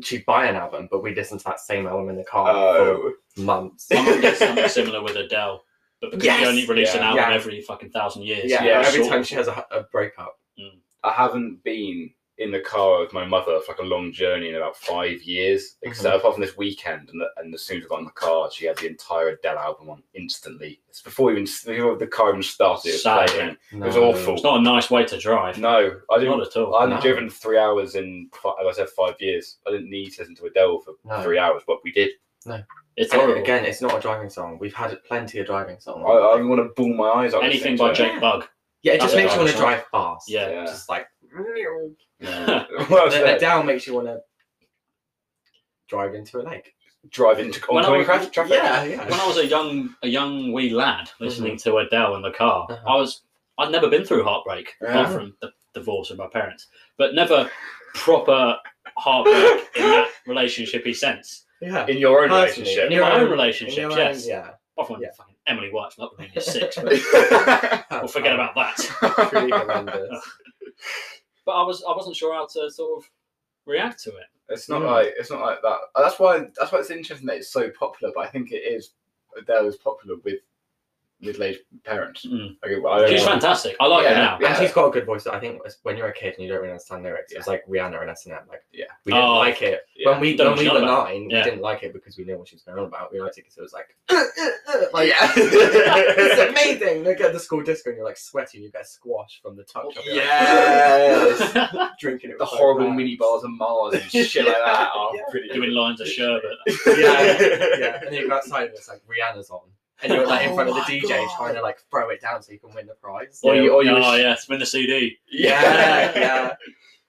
S3: She'd buy an album, but we listened to that same album in the car
S2: Oh,
S3: for months.
S1: My mum did something similar with Adele, but because
S3: Yes!
S1: she only released an
S2: Yeah.
S1: album
S3: Yeah.
S1: every fucking thousand years,
S3: yeah,
S1: it was
S3: every
S1: sort
S3: time
S1: of-
S3: she has a, a breakup.
S2: I haven't been in the car with my mother for like a long journey in about five years,
S1: Mm-hmm.
S2: except apart from this weekend. And, and as soon as I got in the car, she had the entire Adele album on instantly. It's before even before the car even started. It was
S1: Sad,
S2: playing.
S3: No.
S2: was awful.
S1: It's not a nice way to drive.
S2: No, I didn't.
S1: not at all.
S2: I hadn't
S3: No.
S2: driven three hours in, fi- as I said, five years. I didn't need to listen to Adele for
S3: No.
S2: three hours, but we did.
S1: It's
S3: And
S1: horrible.
S3: again, it's not a driving song. We've had plenty of driving songs.
S2: I, I want to bawl my eyes out.
S1: Anything
S2: listening
S1: by
S2: to it.
S1: Jake Bug.
S3: yeah, it just
S1: Other
S3: makes you want to
S1: driving
S3: drive fast.
S1: Yeah.
S2: Yeah.
S3: just like
S1: Yeah.
S2: Well,
S3: the,
S2: said.
S3: Adele makes you want to drive into a lake.
S2: drive into
S1: When I
S2: oncoming
S1: was-
S2: crash traffic.
S3: yeah.
S1: When I was a young, a young wee lad, listening to Adele in the car,
S3: Uh-huh.
S1: I was, I'd never been through heartbreak apart
S2: Yeah.
S1: from the divorce of my parents, but never proper heartbreak in that relationshipy sense.
S3: yeah.
S2: in your own
S3: Personally,
S2: relationship.
S3: in
S1: In
S3: your
S1: my
S3: own-
S1: own
S3: In
S1: relationship,
S3: your own-
S1: yes.
S3: yeah.
S1: Apart from
S3: Yeah.
S1: fucking Emily White's not when you're six, but
S2: yeah,
S1: we'll forget about that.
S3: Truly horrendous.
S1: But I was, I wasn't sure how to sort of react to it.
S2: it's not
S3: Mm.
S2: like it's not like that. Uh, That's why that's why it's interesting that it's so popular. But I think it is Adele is popular with middle-aged parents.
S1: Mm.
S2: Okay, well, I don't
S1: She's
S2: know.
S1: fantastic. I like her
S2: Yeah.
S1: now.
S3: And she's got a good voice. that I think it's when you're a kid and you don't really understand lyrics, it's like Rihanna and SNM. Like,
S2: Yeah.
S3: we didn't
S1: Oh,
S3: like it
S2: Yeah.
S3: when we
S1: Don't
S3: when we
S1: know
S3: were
S1: about
S3: nine.
S1: Yeah.
S3: We didn't like it because we knew what she was going on about. We liked it because it was like, like
S2: Yeah.
S3: it's amazing. Look at the school disco and you're like sweaty. and You get a squash from the touch. of it.
S2: Yes.
S3: drinking it.
S2: the
S3: with both
S2: horrible
S3: hands.
S2: mini bars and Mars and shit like that are
S3: Yeah.
S2: pretty
S1: Doing lines of sherbet.
S3: yeah, yeah. And then you go outside and it's like Rihanna's on, and you're like in
S2: Oh
S3: front of the
S2: my
S3: DJ
S2: God.
S3: trying to like throw it down so you can win the prize.
S2: Or you- or you
S1: oh
S2: were-
S1: yes, win the CD.
S3: yeah, yeah.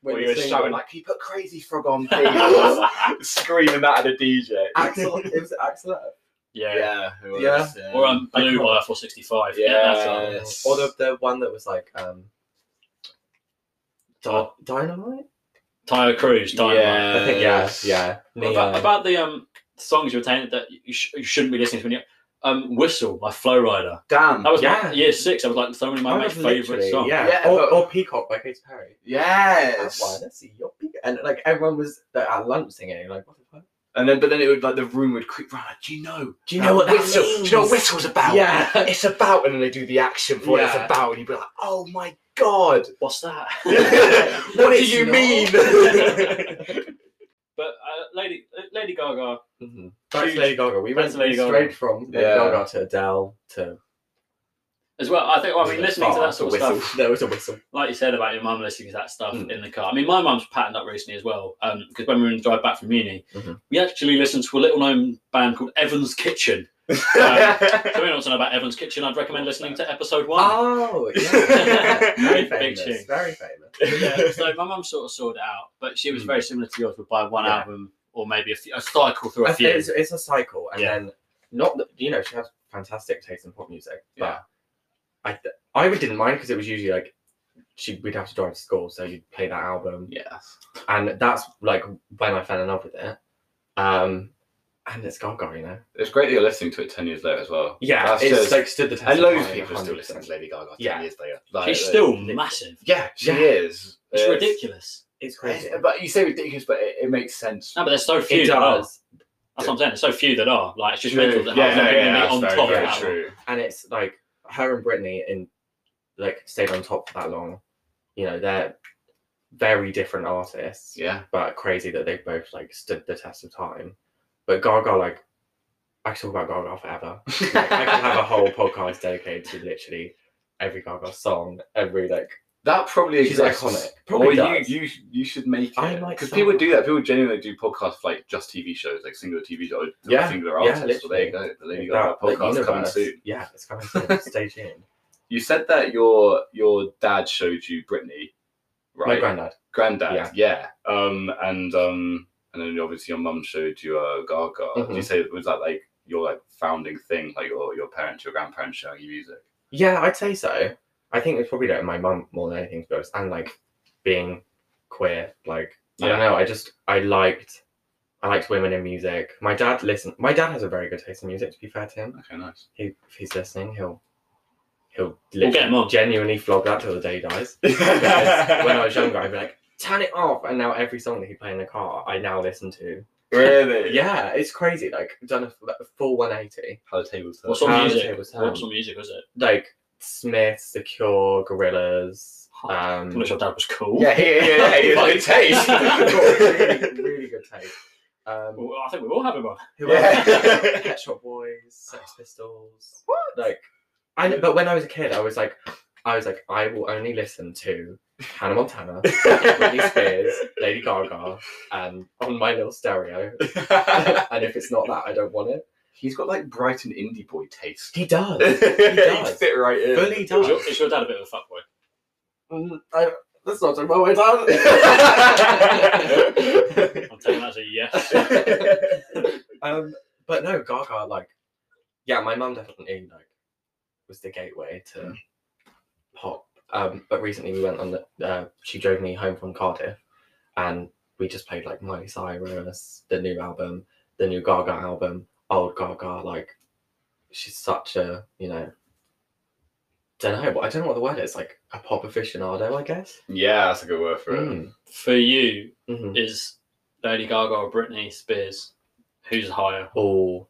S2: When
S3: Win
S2: you were
S3: the single.
S2: shouting like, "Can you put Crazy Frog on, please?" Screaming that at a DJ.
S3: Axel, it was Axel.
S1: Yeah.
S2: Yeah. who was,
S3: Yeah.
S2: uh,
S1: Or um,
S3: I
S1: Blue
S3: can't-
S1: by 465. Yeah, that's on.
S2: Yes.
S3: Or the, the one that was like um, Di- Dynamite.
S1: Tyler Cruz, Dynamite.
S3: I think yeah, yeah.
S1: Well,
S3: Neon.
S1: About, about the um songs you were saying that you, sh- you shouldn't be listening to when you um Whistle by Flow Rider.
S2: Damn.
S1: That was
S3: Yeah.
S1: my, year six. That was like so many of
S3: I
S1: my mates'
S3: was
S1: favourite
S3: literally-
S1: songs.
S3: Yeah,
S2: Yeah,
S3: or,
S2: but-
S3: or Peacock by Katy Perry.
S2: Yes.
S3: That one, that's a yuppie. And like everyone was like, at lunch singing, like what the fuck?
S2: And then, but then it would like the room would creep round. Like, do you know?
S3: Do you know what that
S2: whistle? Do you know what
S3: means?"
S2: whistle's about?
S3: Yeah.
S2: It's about, and then they do the action for what
S3: Yeah.
S2: it's about, and you'd be like, oh my god,
S1: What's that?
S2: what do
S3: it's
S2: you
S3: not.
S2: mean?
S1: but uh, Lady uh, Lady Gaga.
S3: Mm-hmm. Back
S1: Huge-
S3: to Lady Gaga. We went
S1: back to Lady Gaga.
S3: straight from Lady
S2: Yeah.
S3: Gaga to Adele to.
S1: As well, I think. Well, I mean, listening to
S3: Bar
S1: that sort of
S3: whistle.
S1: stuff,
S3: There was a whistle.
S1: like you said about your mum listening to that stuff
S3: Mm.
S1: in the car. I mean, my mum's patterned up recently as well. Um, because when we were in the drive back from uni,
S3: Mhm.
S1: we actually listened to a little-known band called Evans Kitchen. If anyone wants to know about Evans Kitchen, I'd recommend listening to episode one.
S3: Oh, yeah. very
S1: Big
S3: famous.
S1: tune.
S3: Very famous. Oh.
S1: yeah, so my mum sort of sorted it out, but she was
S3: Hmm.
S1: very similar to yours. Would buy one
S3: Yeah.
S1: album or maybe a, few, a cycle through
S3: I
S1: a
S3: think
S1: few.
S3: it's, it's a cycle, and
S1: Yeah.
S3: then not that you know she has fantastic taste in pop music, but
S2: Yeah.
S3: I th- I would didn't mind because it was usually like she we'd have to drive to school, so you'd play that album,
S2: yes.
S3: and that's like when I fell in love with it. Um, and it's Gaga, you know.
S2: It's great that you're listening to it ten years later as well.
S3: Yeah,
S2: That's
S3: it's
S2: just-
S3: like stood the test.
S2: And
S3: of
S2: loads of
S3: time,
S2: people still
S3: 100%.
S2: listen to Lady Gaga ten
S3: Yeah.
S2: years later. Like,
S1: She's
S2: uh,
S1: still massive.
S2: yeah, she
S3: Yeah.
S2: is. Uh,
S1: It's ridiculous.
S3: It's crazy.
S2: It's- Uh, But you say ridiculous, but it, it makes sense.
S1: No, but there's so few
S3: It
S1: that
S2: oh.
S1: are.
S3: does.
S1: That's what I'm saying. There's so few that are. Like it's just mental that
S2: yeah,
S1: half of them
S2: no,
S1: are
S2: yeah,
S1: gonna be
S2: that's
S1: on
S2: very,
S1: top
S2: very
S1: of that.
S2: true.
S3: and it's like her and Britney in like stayed on top for that long. You know, they're very different artists,
S2: Yeah.
S3: but crazy that they both like stood the test of time. But Gaga, like, I could talk about Gaga forever. Like, I could have a whole podcast dedicated to literally every Gaga song, every like.
S2: That probably
S3: She's
S2: exists.
S3: iconic. Probably
S2: or
S3: does.
S2: you you you should make
S3: I
S2: it
S3: like
S2: because
S3: that.
S2: people do that. People genuinely do podcasts for, like just TV shows, like singular TV shows,
S3: Yeah,
S2: singular
S3: yeah,
S2: artists. so there you go. The Lady
S3: that-
S2: Gaga
S3: that
S2: podcast coming
S3: universe.
S2: soon.
S3: Yeah, it's coming soon. Stay tuned.
S2: You said that your your dad showed you Britney,
S3: My
S2: right?
S3: granddad.
S2: Granddad, yeah. Um, and um, and then obviously your mum showed you uh, Gaga. Did you
S3: Mhm.
S2: say was that like your like founding thing, like your your parents, your grandparents showing you music?
S3: Yeah, I'd say so. I think it's probably like my mum more than anything to be honest, and like being queer. Like I
S2: Yeah.
S3: don't know. I just I liked I liked women in music. My dad listened. My dad has a very good taste in music. To be fair to him,
S2: Okay, nice.
S3: he, if he's listening, he'll he'll
S1: We'll get him on.
S3: genuinely flog that till the day he dies. Because when I
S2: really?
S3: was younger, I'd be like, turn it off, and now every song that he played in the car, I now listen to. Yeah, it's crazy. Like done a f- a full one eighty.
S2: How the tables turn.
S1: What sort of
S3: Um,
S1: music?
S3: it was, um,
S1: What sort of music was it?
S3: Like Smith, Secure, Gorillas.
S1: Huh.
S3: Um,
S2: Hmm.
S1: I wish your dad was cool.
S2: Yeah, yeah, yeah, yeah. He has good taste.
S3: I've got a really, really good taste. Um,
S1: Well, I think we all have him on.
S3: who
S2: Yeah.
S3: else? Pet Shop Boys, Sex Pistols. Like, I know, but when I was a kid, I was like, I was like, I will only listen to Hannah Montana, Britney Spears, Lady Gaga, um, on my little stereo. and if it's not that, I don't want it.
S2: He's got like Brighton indie boy taste.
S3: He does.
S2: He'd
S3: does.
S2: fit right in.
S3: Fully
S1: Is
S3: does.
S1: your, is your dad a bit of a fuckboy?
S3: Mm, I, that's not talking about my dad.
S1: I'm telling you that's a yes.
S3: um, but no, Gaga, like, yeah, my mum definitely like was the gateway to pop. Um, but recently we went on the. Uh, she drove me home from Cardiff, and we just played like Miley Cyrus, the new album, the new Gaga album, old Gaga. Like, she's such a you know. Don't know, but I don't know what the word is. Like a pop aficionado, I guess.
S2: yeah, that's a good word for it.
S3: Mm.
S1: For you,
S3: Mhm.
S1: is Lady Gaga or Britney Spears? Who's higher?
S3: Oh,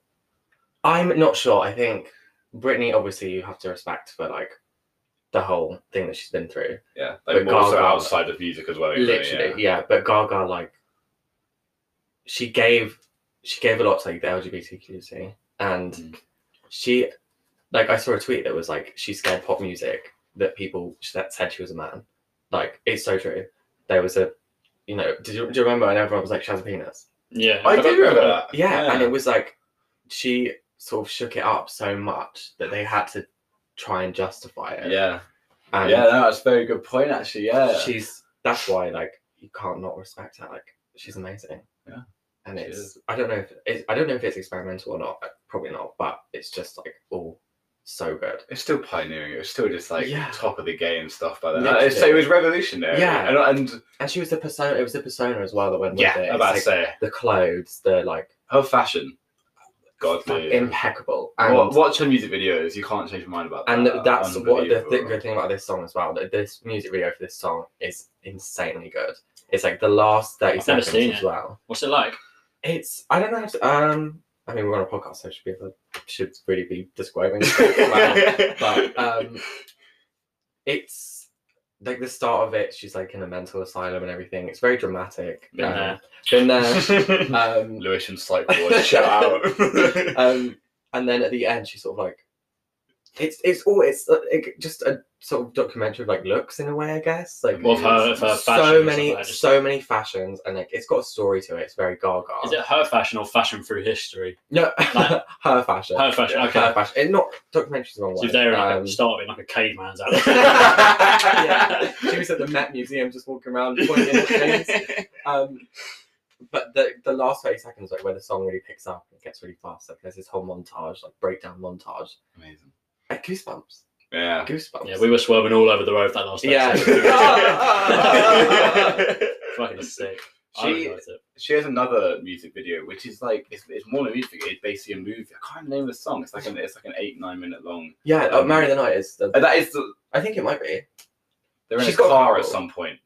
S3: I'm not sure. I think Britney, obviously, you have to respect for like the whole thing that she's been through.
S2: Yeah,
S3: But
S2: like more so
S3: Gaga-
S2: outside of music as well. isn't it?
S3: Literally, yeah. But Gaga, like, she gave she gave a lot to like the LGBT community, and
S2: Mm.
S3: she, like, I saw a tweet that was like, she scared pop music that people that said she was a man. Like, it's so true. There was a, you know, did you, do you remember? And everyone was like, she has a penis.
S1: Yeah,
S2: I do remember that.
S3: yeah, and it was like she sort of shook it up so much that they had to try and justify it.
S2: yeah,
S3: and
S2: yeah. No, that's a very good point. Actually, yeah.
S3: she's that's why like you can't not respect her. Like she's amazing.
S2: Yeah,
S3: and
S2: she
S3: it's
S2: is.
S3: I don't know if it's, I don't know if it's experimental or not. uh, Probably not, but it's just like all so good.
S2: it's still pioneering. It was still just like
S3: Yeah.
S2: top of the game stuff by then.
S3: Literally.
S2: So it was revolutionary.
S3: Yeah.
S2: and, and
S3: And she was the persona. It was the persona as well that went
S2: yeah,
S3: with it.
S2: I'm
S3: It's,
S2: about
S3: like,
S2: to say
S3: the clothes, the like
S2: her fashion, godly.
S3: impeccable. And
S2: Wa- Watch her music videos. You can't change your mind about that.
S3: And that's what the th-
S2: Unbelievable.
S3: good thing about this song as well. That this music video for this song is insanely good. It's like the last 30
S1: I've never
S3: seconds
S1: seen
S3: as
S1: it.
S3: well.
S1: What's it like?
S3: It's I don't know. How to, um, I mean, we're on a podcast, so I should be able, should really be describing. it. but um, it's like the start of it. She's like in a mental asylum and everything. It's very dramatic.
S1: Been
S3: um,
S1: there.
S3: Been there. um,
S2: Lewisham Psych Ward, shout out.
S3: um, and then at the end, she's sort of like, it's it's all it's uh, it, just a sort of documentary of like looks in a way, I guess. Like
S1: Well, of her, of her Mm, uh, fashion. or
S3: so
S1: something
S3: many
S1: like that, just-
S3: so many fashions, and like it's got a story to it. It's very Gaga.
S1: Is it her fashion or fashion through history?
S3: No,
S1: Like-
S3: her fashion.
S1: Her fashion.
S3: Her
S1: Okay.
S3: fashion. It, not documentary's the wrong
S1: So
S3: word.
S1: if they're like,
S3: Um,
S1: starving like a caveman's out.
S3: yeah, she was at the Met Museum just walking around pointing at things. Um, but the the last thirty seconds, like where the song really picks up, it gets really fast. Like there's this whole montage, like breakdown montage.
S2: Amazing.
S3: Like, goosebumps,
S2: Yeah.
S3: goosebumps.
S1: yeah, we were swerving all over the road that last
S3: Yeah.
S1: episode. Fucking sick. I really
S2: she
S1: liked it.
S2: she has another music video which is like it's, it's more than music. It's basically a movie. I can't remember the name of the song. It's like an it's like an eight nine minute long.
S3: yeah. Oh,
S2: Um,
S3: Marry the Night is. The,
S2: And that is the,
S3: I think it might be
S2: they're in
S3: She's
S2: a
S3: got a
S2: car at
S3: couple.
S2: some point.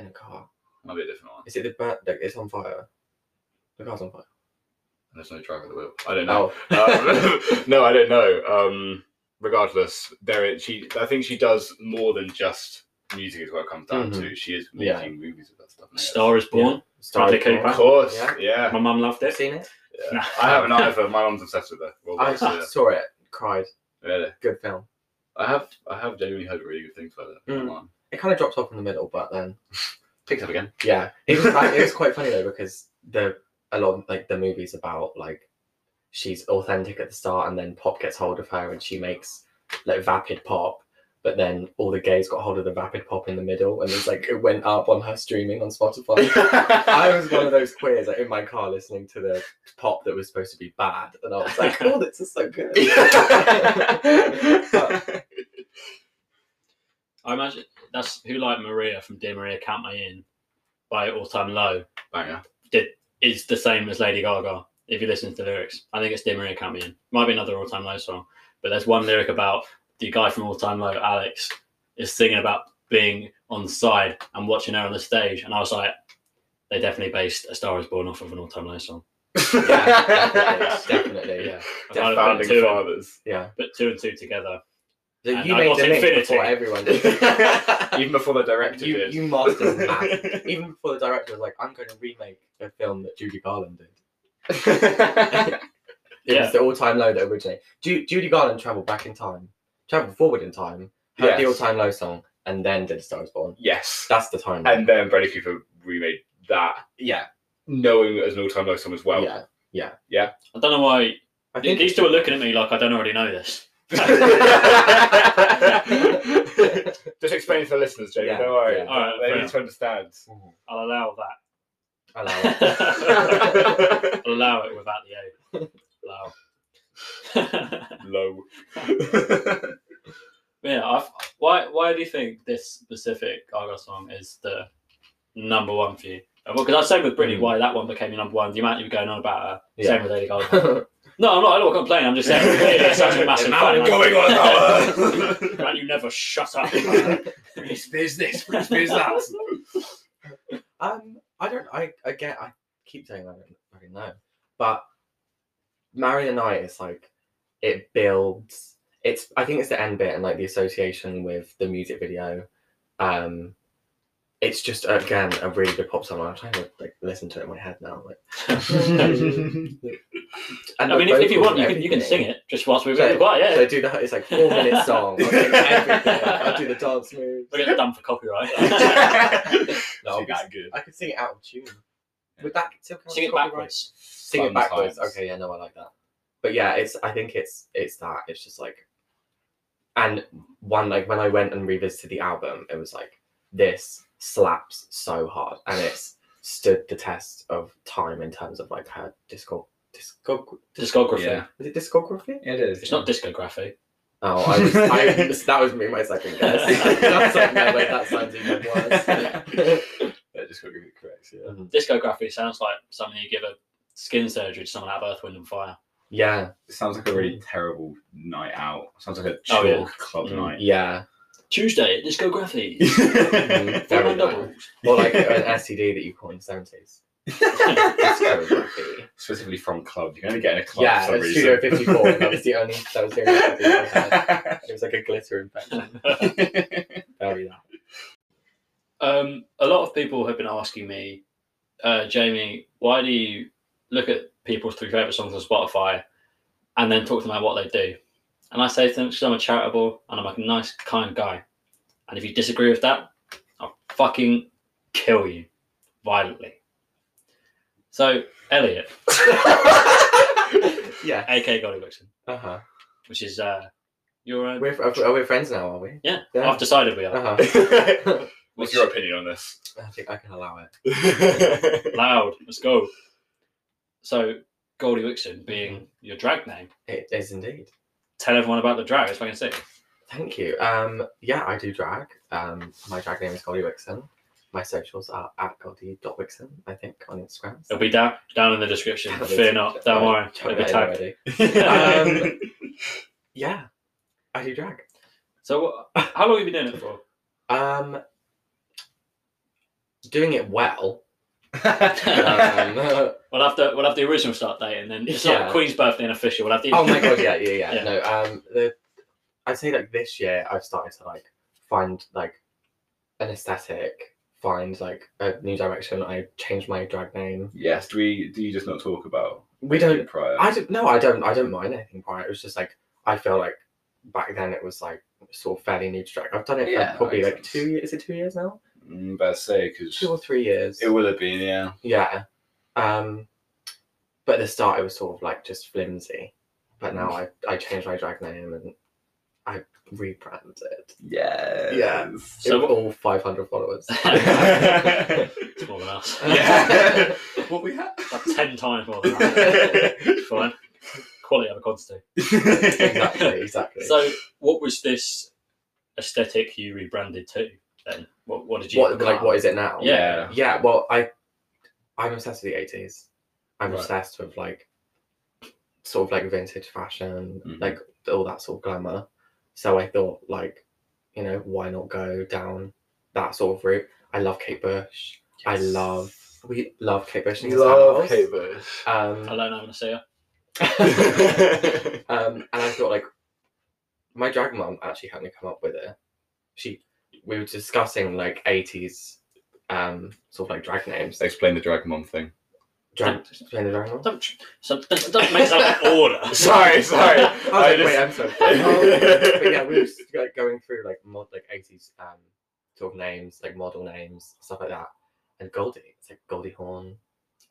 S3: in a car.
S2: Might be a different one.
S3: Is it the band? Like, it's on fire. The car's on fire. Oh.
S2: And there's no driver at the wheel. I don't know.
S3: No.
S2: um, no, I don't know. Um, regardless, there is, she. I think she does more than just music. Is what it comes down
S3: Mhm.
S2: to. She is making
S3: Yeah.
S2: movies with that stuff. now.
S1: Star is Born. Bradley Cooper.
S2: Of course,
S3: Yeah.
S2: yeah.
S1: My mum loved it.
S3: Seen it?
S2: Yeah.
S1: No.
S2: I haven't either. My mom's obsessed with her. Well,
S3: I
S2: yeah,
S3: saw it. Cried.
S2: really.
S3: Good film.
S2: I have, I have genuinely heard really good things about it.
S3: Mm.
S2: Come on.
S3: It kind of dropped off in the middle, but then
S2: Picks Hmm. up again.
S3: Yeah, it was, like, it was quite funny though because the a lot of, like the movie's about like she's authentic at the start and then pop gets hold of her and she makes like vapid pop, But then all the gays got hold of the rapid pop in the middle, and it's like it went up on her streaming on Spotify. I was one of those queers like, in my car listening to the pop that was supposed to be bad, and I was like, "Oh, this is so good."
S1: I imagine that's who like Maria from Dear Maria Count Me In by All Time Low
S2: Banger.
S1: is the same as Lady Gaga. If you listen to the lyrics, I think it's Dear Maria Count Me In. Might be another All Time Low song, but there's one lyric about the guy from All Time Low, Alex, is singing about being on the side and watching her on the stage, and I was like, they definitely based A Star Is Born off of an All Time Low song.
S3: yeah, definitely, definitely,
S1: Yeah, I kind
S2: The
S1: of put
S2: founding
S1: two and-
S2: fathers.
S3: yeah.
S1: put two and two together.
S3: So
S1: And
S3: you
S1: I
S3: made
S1: got
S3: the link
S1: Infinity.
S3: before everyone did.
S2: Even before the director
S3: you,
S2: did.
S3: you mastered that. Even before the director was like, "I'm going to remake a film that Judy Garland did." It
S1: Yeah,
S3: was the all-time low that originated. Ju- Judy Garland travelled back in time, travelled forward in time, heard the
S2: Yes.
S3: all-time low song, and then did Star Is Born.
S2: yes.
S3: That's the time.
S2: And then Bradley Cooper remade that,
S3: yeah,
S2: knowing it as an all-time low song as well.
S3: yeah,
S1: I don't know why
S3: I
S1: th- these two are looking at me like I don't already know this.
S2: Just explain to the listeners, Jamie.
S3: Yeah,
S2: Don't worry.
S3: yeah.
S1: All right,
S2: They
S1: fair
S2: need to understand.
S1: I'll allow that.
S3: Allow it.
S1: allow it without the O. Allow.
S2: Low.
S1: But yeah, I've, why why do you think this specific Gaga song is the number one for you? Because I said with Britney
S3: Hmm.
S1: why that one became your number one. The amount you were going on about her. Same
S3: Yeah.
S1: with Lady Gaga. No, I'm not. I'm not complaining. I'm just saying it's such a massive
S3: Now
S1: fan.
S3: I'm
S2: going on now.
S1: Man, you never shut up.
S2: Britney Spears this, Britney Spears that.
S3: um, I don't. I again, I keep saying I don't fucking know, but Marion Night is like it builds. It's I think it's the end bit and like the association with the music video. Um, it's just again a really good pop song. I'm trying to like listen to it in my head now. Like, and
S1: I
S3: the
S1: mean, if, if you
S3: vocals
S1: want,
S3: and
S1: you can, you can sing
S3: everything.
S1: it just whilst we're
S3: So-
S1: quiet. Yeah,
S3: So I do the it's like four minute song. I'll, do everything. I'll do the dance moves.
S1: we're getting done for copyright.
S3: No, I'll be-
S2: good.
S3: I could sing it out of tune. Would that still count?
S1: Sing
S3: as
S1: it
S3: copyright?
S1: backwards.
S3: Sing it backwards.
S2: Sometimes.
S3: Okay, yeah, no, I like that. But yeah, it's. I think it's. It's that. It's just like, and one like when I went and revisited the album, it was like this slaps so hard, and it's stood the test of time in terms of like her disco disco
S1: Discography.
S2: Yeah.
S3: is it discography?
S2: It is.
S1: It's not discography.
S3: Oh, I was. I, that was me. My second guess. That's like no way. That sounds even worse.
S2: That just got to be correct, yeah.
S1: Discography sounds like something you give a skin surgery to someone out of Earth, Wind and Fire.
S3: yeah,
S2: It sounds like a really terrible night out. Sounds like a
S1: Oh,
S2: chill
S1: yeah.
S2: club
S1: Mm.
S2: night.
S3: yeah.
S1: Tuesday, discography. Four
S3: Mm, very
S1: man
S3: nice.
S1: doubles.
S3: Or like an STD that you caught in the seventies. Discography.
S2: Specifically from club. You can only get in a club
S3: Yeah,
S2: for some
S3: it was Studio 54. that was the only. That was the only. thing I had.
S2: reason.
S3: It was like a glitter infection. Very that.
S1: Um, a lot of people have been asking me, uh, Jamie, why do you look at people's three favorite songs on Spotify and then talk to them about what they do? And I say to them, because I'm a charitable and I'm like a nice, kind guy. And if you disagree with that, I'll fucking kill you violently. So, Elliot,
S3: yeah.
S1: aka Goldie Vixen,
S3: Uh huh.
S1: which is uh, your own.
S3: We're are we friends now, are we?
S1: yeah,
S3: Yeah.
S1: I've decided we are.
S3: Uh huh.
S2: What's your opinion on this?
S3: I think I can allow it.
S1: Loud, let's go. So, Goldie Vixen
S3: Mm-hmm.
S1: being your drag name.
S3: It is indeed.
S1: tell everyone about the drag. It's fucking sick.
S3: Thank you. Um, yeah, I do drag. Um, my drag name is Goldie Wixon. My socials are at Goldie.Wixon, I think, on Instagram.
S1: It'll be down down in the description. Oh, Fear not. Don't worry.
S3: Chuck
S1: It'll be
S3: that in
S1: tagged.
S3: already.
S2: um,
S3: Yeah, I do drag.
S1: So, what- how long have you been doing it for?
S3: Um, doing it well.
S1: Um,
S3: Um,
S1: We'll have the we'll have the original start date, and then it's
S3: Yeah.
S1: like Queen's birthday and official. We'll have the
S3: oh my god, yeah, yeah, yeah.
S1: Yeah.
S3: No, um, the I'd say like this year I've started to like find like an aesthetic, find like a new direction. I changed my drag name.
S2: yes, do we do you just not talk about
S3: We don't.
S2: prior?
S3: Uh, I don't. No, I don't. I don't mind anything prior. It was just like I feel like back then it was like sort of fairly new to drag. I've done it
S2: Yeah,
S3: for probably
S2: makes
S3: like
S2: sense.
S3: two. years. Is it two years now?
S2: Mm, better say because
S3: Two or three years.
S2: it would have been yeah.
S3: Yeah. Um, but at the start, it was sort of like just flimsy. But now I, I changed my drag name and I rebranded.
S2: Yeah.
S3: Yeah. So
S1: So what-
S3: all 500 followers.
S1: It's more than us.
S2: Yeah.
S3: what we had.
S1: Like ten times more than that. It's Fine. Quality over quantity.
S3: Exactly, exactly.
S1: So, what was this aesthetic you rebranded to? Then, what, what did you
S3: what
S1: become?
S3: like what is it now?
S1: Yeah.
S3: Yeah, well, I I'm obsessed with the eighties. I'm
S2: Right.
S3: obsessed with like sort of like vintage fashion,
S2: Mhm.
S3: like all that sort of glamour. So I thought like, you know, why not go down that sort of route? I love Kate Bush. I love we love Kate Bush. in
S2: We
S3: this
S2: love
S3: house.
S2: Kate Bush.
S3: Um,
S1: Hello, I'm gonna see her.
S3: um, and I thought like my drag mom actually helped me come up with it. She we were discussing like eighties um sort of like drag names.
S2: Explain the drag mom thing.
S3: Drag playing the drag mom?
S1: Don't, so, don't, don't make that an order.
S2: Sorry, sorry.
S3: I was like,
S2: just-
S3: wait, I'm sorry. Oh, but yeah, we were just like, going through like mod like eighties um sort of names, like model names, stuff like that. And Goldie, it's like Goldie Horn.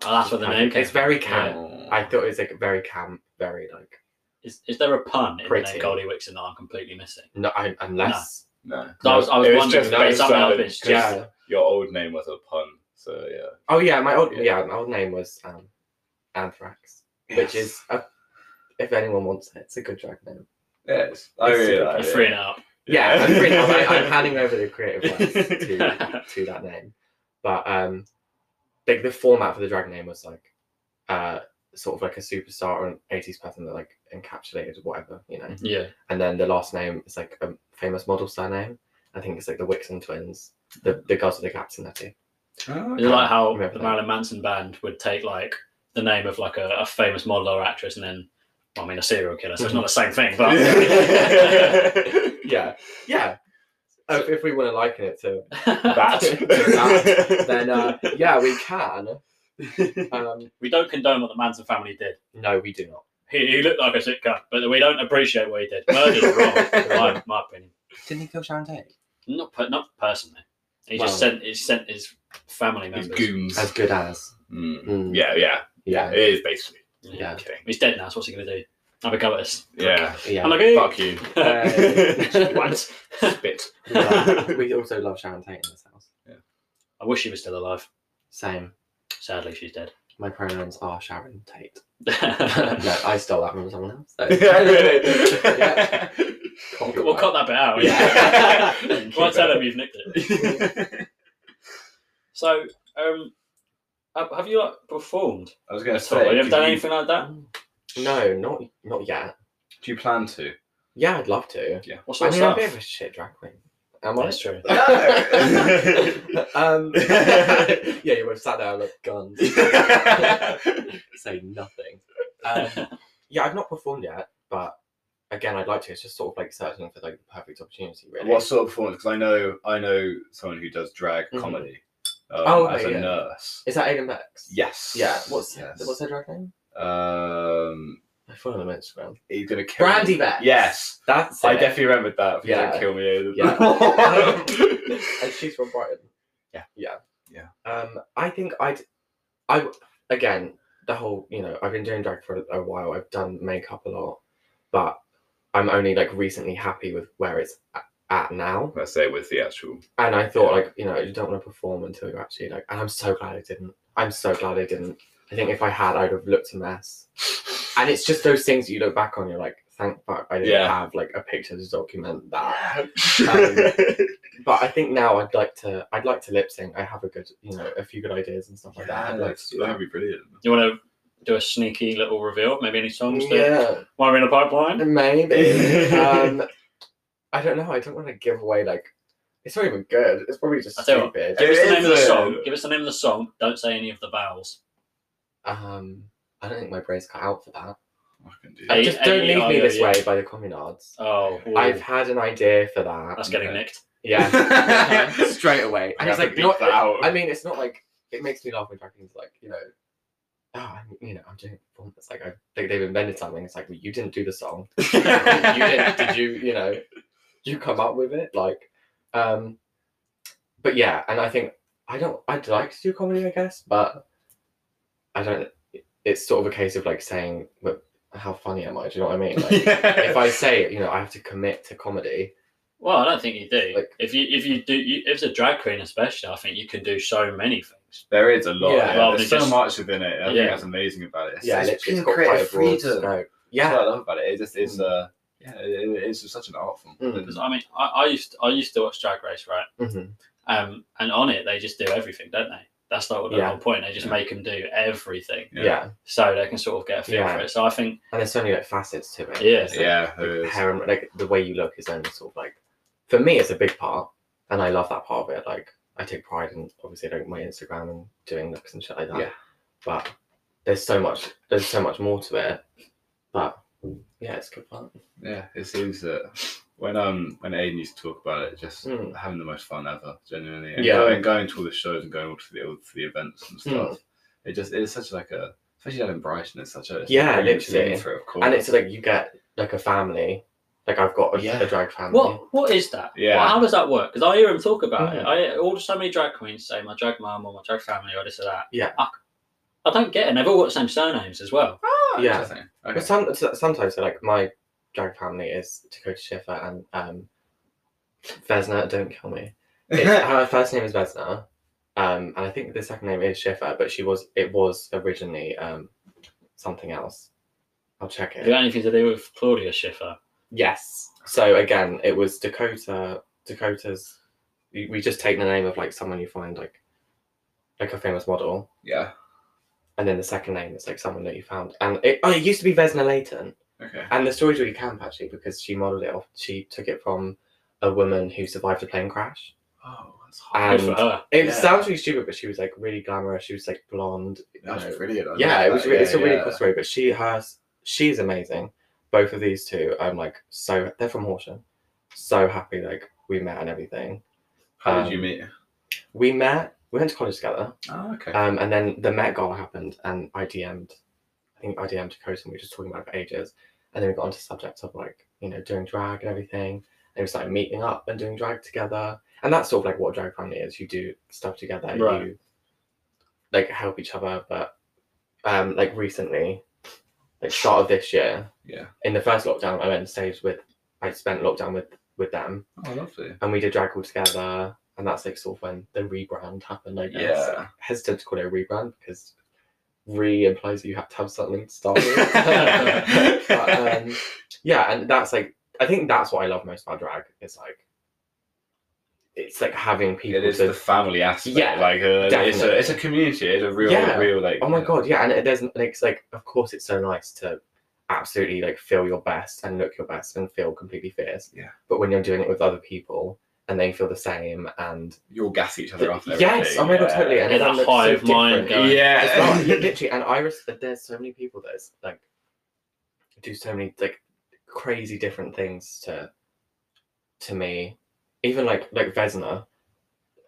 S1: Oh, that's where the name came.
S3: It's very
S1: from.
S3: camp.
S2: Oh.
S3: I thought it was like very camp, very like
S1: Is, is there a pun in the
S3: Pretty.
S1: name Goldie Wixon that I'm completely missing?
S3: no I, unless
S2: No.
S1: I was, I was
S2: It was
S1: wondering. if
S2: just
S1: there was
S2: based
S1: something
S2: on-
S1: else, but it's just-
S3: yeah.
S2: Your old name was a pun, so yeah.
S3: Oh yeah, my old
S2: Yeah.
S3: yeah, my old name was um, Anthrax, which
S2: Yes.
S3: is a, if anyone wants it, it's a good drag name.
S2: Yes. I really
S3: It's-
S2: like
S1: You're
S2: it.
S1: freeing out.
S3: Yeah, I'm, pretty, I'm, I'm handing over the creative rights to to that name, but um, like the format for the drag name was like, uh, sort of like a superstar or an '80s person that like encapsulated whatever you know,
S1: Yeah.
S3: and then the last name is like a famous model surname. I think it's like the Wixon twins, the the girls with the gaps in their teeth.
S2: Oh,
S1: It's like how
S3: Remember
S1: the
S3: that.
S1: Marilyn Manson band would take like the name of like a, a famous model or actress, and then well, I mean a serial killer, so it's not the same thing. But
S2: okay.
S3: Yeah, yeah. If, if we want to liken it to
S2: that.
S3: then uh, yeah, we can. Um,
S1: we don't condone what the Manson family did.
S3: no, we do not.
S1: He, he looked like a sick cunt, but we don't appreciate what he did. Murdered or wrong, in my, my opinion.
S3: Didn't he kill Sharon Tate?
S1: Not per, not personally. He just
S3: Well-
S1: sent he sent his family
S2: These
S1: members.
S2: goons.
S3: As good as.
S2: Mm.
S3: Mm,
S2: Yeah, yeah, yeah.
S3: yeah,
S2: It is basically.
S3: yeah,
S2: Okay.
S1: He's dead now, so what's he gonna do? Have a go at us.
S2: Yeah.
S3: yeah.
S1: I'm like, hey.
S2: Fuck you.
S3: Uh,
S1: What?
S2: Spit.
S3: We love- we also love Sharon Tate in this house.
S1: I wish he was still alive.
S3: Same.
S1: Sadly, she's dead.
S3: My pronouns are Sharon Tate.
S1: we'll
S3: no, I stole that from someone else. so-
S2: yeah, really.
S3: Yeah. Copyright.
S1: cut that bit out.
S2: Yeah.
S1: Well, tell him you've nicked it. So, um, have, have you like performed?
S2: I was going to
S1: at all? Have you
S2: say, do
S1: ever done
S2: you-
S1: anything like that?
S3: No, not not yet.
S2: do you plan to?
S3: Yeah, I'd love to.
S1: What
S3: I
S1: sort
S3: mean, I'm a
S1: of
S3: bit of
S1: stuff?
S3: a shit drag queen. Am I?
S1: That's true.
S3: um, yeah, you would have sat there like guns, say nothing. Um, yeah, I've not performed yet, but again, I'd like to. It's just sort of like searching for like the perfect opportunity, really.
S2: what sort of performance? Because I know, I know someone who does drag
S3: Mhm.
S2: comedy um,
S3: Oh,
S2: as
S3: okay,
S2: a
S3: yeah.
S2: nurse.
S3: Is that Aiden Bex?
S2: Yes.
S3: Yeah. What's
S2: yes.
S3: what's her drag name?
S2: Um,
S3: I follow them on Instagram.
S2: he's gonna kill
S3: Brandy
S2: Me.
S3: Bex.
S2: Yes,
S3: that's
S2: I
S3: it.
S2: definitely remembered that. If
S3: Yeah.
S2: You don't kill me. Aidan.
S3: Yeah. and she's from Brighton.
S2: Yeah.
S3: Yeah.
S2: Yeah.
S3: Um, I think I'd, I again the whole you know I've been doing drag for a while. I've done makeup a lot, but I'm only like recently happy with where it's a- at now.
S2: Let's say with the actual.
S3: And I thought
S2: Yeah.
S3: like you know you don't want to perform until you're actually like. And I'm so glad I didn't. I'm so glad I didn't. I think if I had, I'd have looked a mess. And it's just those things you look back on. You're like, thank fuck I didn't
S2: Yeah.
S3: have like a picture to document that
S2: Um,
S3: but I think now I'd like to I'd like to lip sync. I have a good you know a few good ideas and stuff like that. I'd like to do
S2: that'd
S3: that.
S2: be brilliant.
S1: You want to do a sneaky little reveal? Maybe any songs that
S3: Yeah,
S1: while we're in the pipeline?
S3: maybe. um, I don't know. I don't want to give away like it's not even good. It's probably just
S1: I tell you what,
S3: stupid.
S1: Give us the
S2: It
S1: name of the
S2: is, uh,
S1: song. Give us the name of the song. Don't say any of the vowels.
S3: Um, I don't think my brain's cut out for that.
S2: I can do
S1: Hey,
S2: that.
S3: Just don't
S1: hey,
S3: leave
S1: oh,
S3: me
S1: yeah,
S3: this
S1: yeah.
S3: way by the communards.
S1: Oh, ooh,
S3: I've had an idea for that.
S1: that's getting nicked.
S3: Yeah, straight away.
S2: I
S3: And
S2: have
S3: it's
S2: to
S3: like
S2: beep
S3: not.
S2: that out.
S3: I mean, it's not like it makes me laugh when drag queens like you know, oh, I'm, you know, I'm doing performance. Like I think they've invented something. It's like well, you didn't do the song. you did, did you? You know, you come up with it. Like, um, but yeah, and I think I don't. I'd like to do comedy, I guess, but I don't. It's sort of a case of like saying, but how funny am I? Do you know what I mean? Like, if
S2: if
S3: I say, you know, I have to commit to comedy.
S1: Well, I don't think you do.
S3: Like-
S1: if you if you do, you, if it's a drag queen especially, I think you can do so many things.
S2: there is a lot.
S3: Yeah,
S2: Yeah,
S1: rather
S2: there's
S1: than
S2: so
S1: just-
S2: much within it. I
S1: Yeah.
S2: think that's amazing about it. It's,
S3: Yeah,
S2: it's
S3: literally,
S2: pure
S3: it's got quite a
S2: creative
S3: broad
S2: freedom.
S3: scope.
S2: That's what
S3: Yeah,
S2: I love about it. It just is.
S3: Mm.
S2: Uh, yeah, it, it- it's just such an art form.
S3: Mm.
S1: Because I mean, I, I used I used to watch Drag Race, right?
S3: hmm
S1: Um, and on it they just do everything, don't they? That's not what the
S3: Yeah.
S1: whole point. They just
S2: Yeah.
S1: make them do everything,
S3: yeah.
S1: so they can sort of get a feel
S3: Yeah.
S1: for it. So I think,
S3: and there's so many like facets to it.
S1: Yeah.
S3: It's, like,
S2: yeah,
S3: like,
S2: it is.
S3: hair and- like the way you look is only sort of like for me it's a big part and i love that part of it like i take pride in obviously like my instagram and doing looks and shit like that
S2: Yeah.
S3: but there's so much there's so much more to it but yeah it's good fun
S2: Yeah, it seems that when um when Aiden used to talk about it, just
S3: Mm.
S2: having the most fun ever, genuinely. And
S3: Yeah.
S2: going going to all the shows and going all to the all to the events and stuff.
S3: Mm.
S2: It just it's such like a especially down in Brighton, it's such a it's
S3: Yeah,
S2: a brilliant scene
S3: literally.
S2: for it, of course.
S3: and it's like you get like a family like i've got a,
S2: Yeah.
S3: a drag family
S1: what what is that?
S2: Yeah.
S1: Well, how does that work? Because I hear them talk about it.
S3: Mhm.
S1: I hear all so many drag queens say my drag mum or my drag family or this or that.
S3: Yeah.
S1: I, I don't get it. And they've all got the same surnames as well.
S2: Ah,
S3: Yeah.
S2: interesting. Okay.
S3: But some, so- sometimes, so, like my drag family is Dakota Schiffer and um, Vesna. Don't kill me. It's- her first name is Vesna, um, and I think the second name is Schiffer. But she was it was originally um, something else. I'll check
S1: You
S3: it.
S1: got anything to do with Claudia Schiffer?
S3: Yes. So again, it was Dakota. Dakota's. We we just take the name of like someone you find like like a famous model,
S2: yeah.
S3: and then the second name is like someone that you found. And it oh, it used to be Vesna Layton.
S2: Okay.
S3: And the story's really camp actually because she modelled it off. She took it from a woman who survived a plane crash.
S2: Oh, that's
S1: Good
S2: hot.
S1: for
S3: And-
S1: her.
S3: It
S2: Yeah.
S3: sounds really stupid, but she was like really glamorous. She was like blonde. you
S2: That's
S3: know.
S2: brilliant. I love
S3: Yeah, it was.
S2: that.
S3: Really, it's a
S2: Yeah,
S3: really
S2: yeah.
S3: cool story. But she has, she's amazing. Both of these two, I'm like so. They're from Horsham. So happy like we met and everything.
S2: How did you
S3: Um,
S2: meet?
S3: We met. We went to college together.
S2: Oh, okay.
S3: Um, and then the Met Gala happened, and I DM'd, I think I DM'd Dakota, and we were just talking about it for ages. And then we got onto subjects of like, you know, doing drag and everything. And we started meeting up and doing drag together. And that's sort of like what a drag family is. You do stuff together,
S1: Right.
S3: you like help each other. But um, like recently, like start of this year,
S2: yeah.
S3: in the first lockdown, I went and stayed with, I spent lockdown with with them,
S2: Oh, lovely.
S3: and we did drag all together. And that's like sort of when the rebrand happened, I guess
S2: Yeah.
S3: hesitant to call it a rebrand because re implies that you have to have something to start with. but,
S2: yeah.
S3: um, yeah, and that's like I think that's what I love most about drag. It's like it's like having people
S2: It is
S3: to
S2: the family aspect.
S3: Yeah,
S2: like uh, it's
S3: definitely.
S2: a it's a community. It's a real,
S3: Yeah.
S2: real like.
S3: oh my
S2: yeah.
S3: god, yeah, and it, there's like, it's like of course it's so nice to absolutely like feel your best and look your best and feel completely fierce.
S2: Yeah.
S3: But when you're doing it with other people and they feel the same and
S2: You'll gas each other up. and
S3: yes, oh my god,
S2: everything,
S3: totally. And
S1: Yeah, that
S3: everyone looks
S1: hive
S3: so
S1: mind
S3: different.
S1: going.
S3: It's
S2: Yeah.
S3: not- literally, and I res- there's so many people that is, like do so many like crazy different things to to me. Even like like Vesna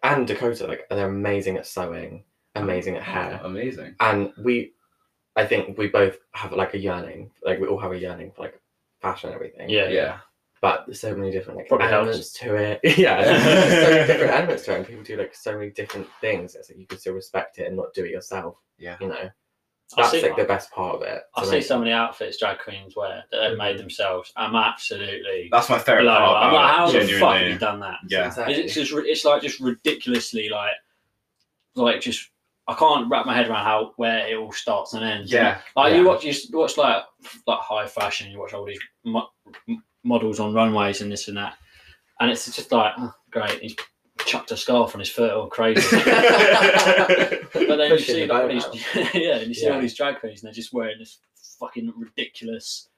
S3: and Dakota, like they're amazing at sewing, amazing at hair,
S2: Amazing.
S3: and we, I think we both have like a yearning, like we all have a yearning for like fashion and everything.
S1: Yeah.
S2: Yeah.
S3: But there's so many different like
S1: Probably helps.
S3: elements to it. Yeah. there's so many different elements to it. And people do like so many different things. It's like you can still respect it and not do it yourself.
S2: Yeah.
S3: You know?
S1: I
S3: That's
S1: see,
S3: like the best part of it.
S1: I
S3: So,
S1: see
S3: like,
S1: so many outfits drag queens wear that they've made themselves. I'm absolutely
S2: That's my favorite
S1: blown.
S2: part.
S1: I'm
S2: about
S1: like,
S2: it,
S1: how the fuck
S2: genuinely.
S1: have you done that?
S2: Yeah.
S3: Exactly.
S1: It's just it's like just ridiculously like like just I can't wrap my head around how where it all starts and ends.
S2: Yeah.
S1: Like
S3: Yeah.
S1: you watch, you s- watch like like high fashion. You watch all these mo- m- models on runways and this and that, and it's just like oh, great. He's chucked a scarf on his foot, all crazy. but then you
S3: Pushing
S1: see
S3: the
S1: like, all
S3: boat
S1: these,
S3: out.
S1: yeah, and you see
S3: Yeah.
S1: all these drag queens, and they're just wearing this fucking ridiculous.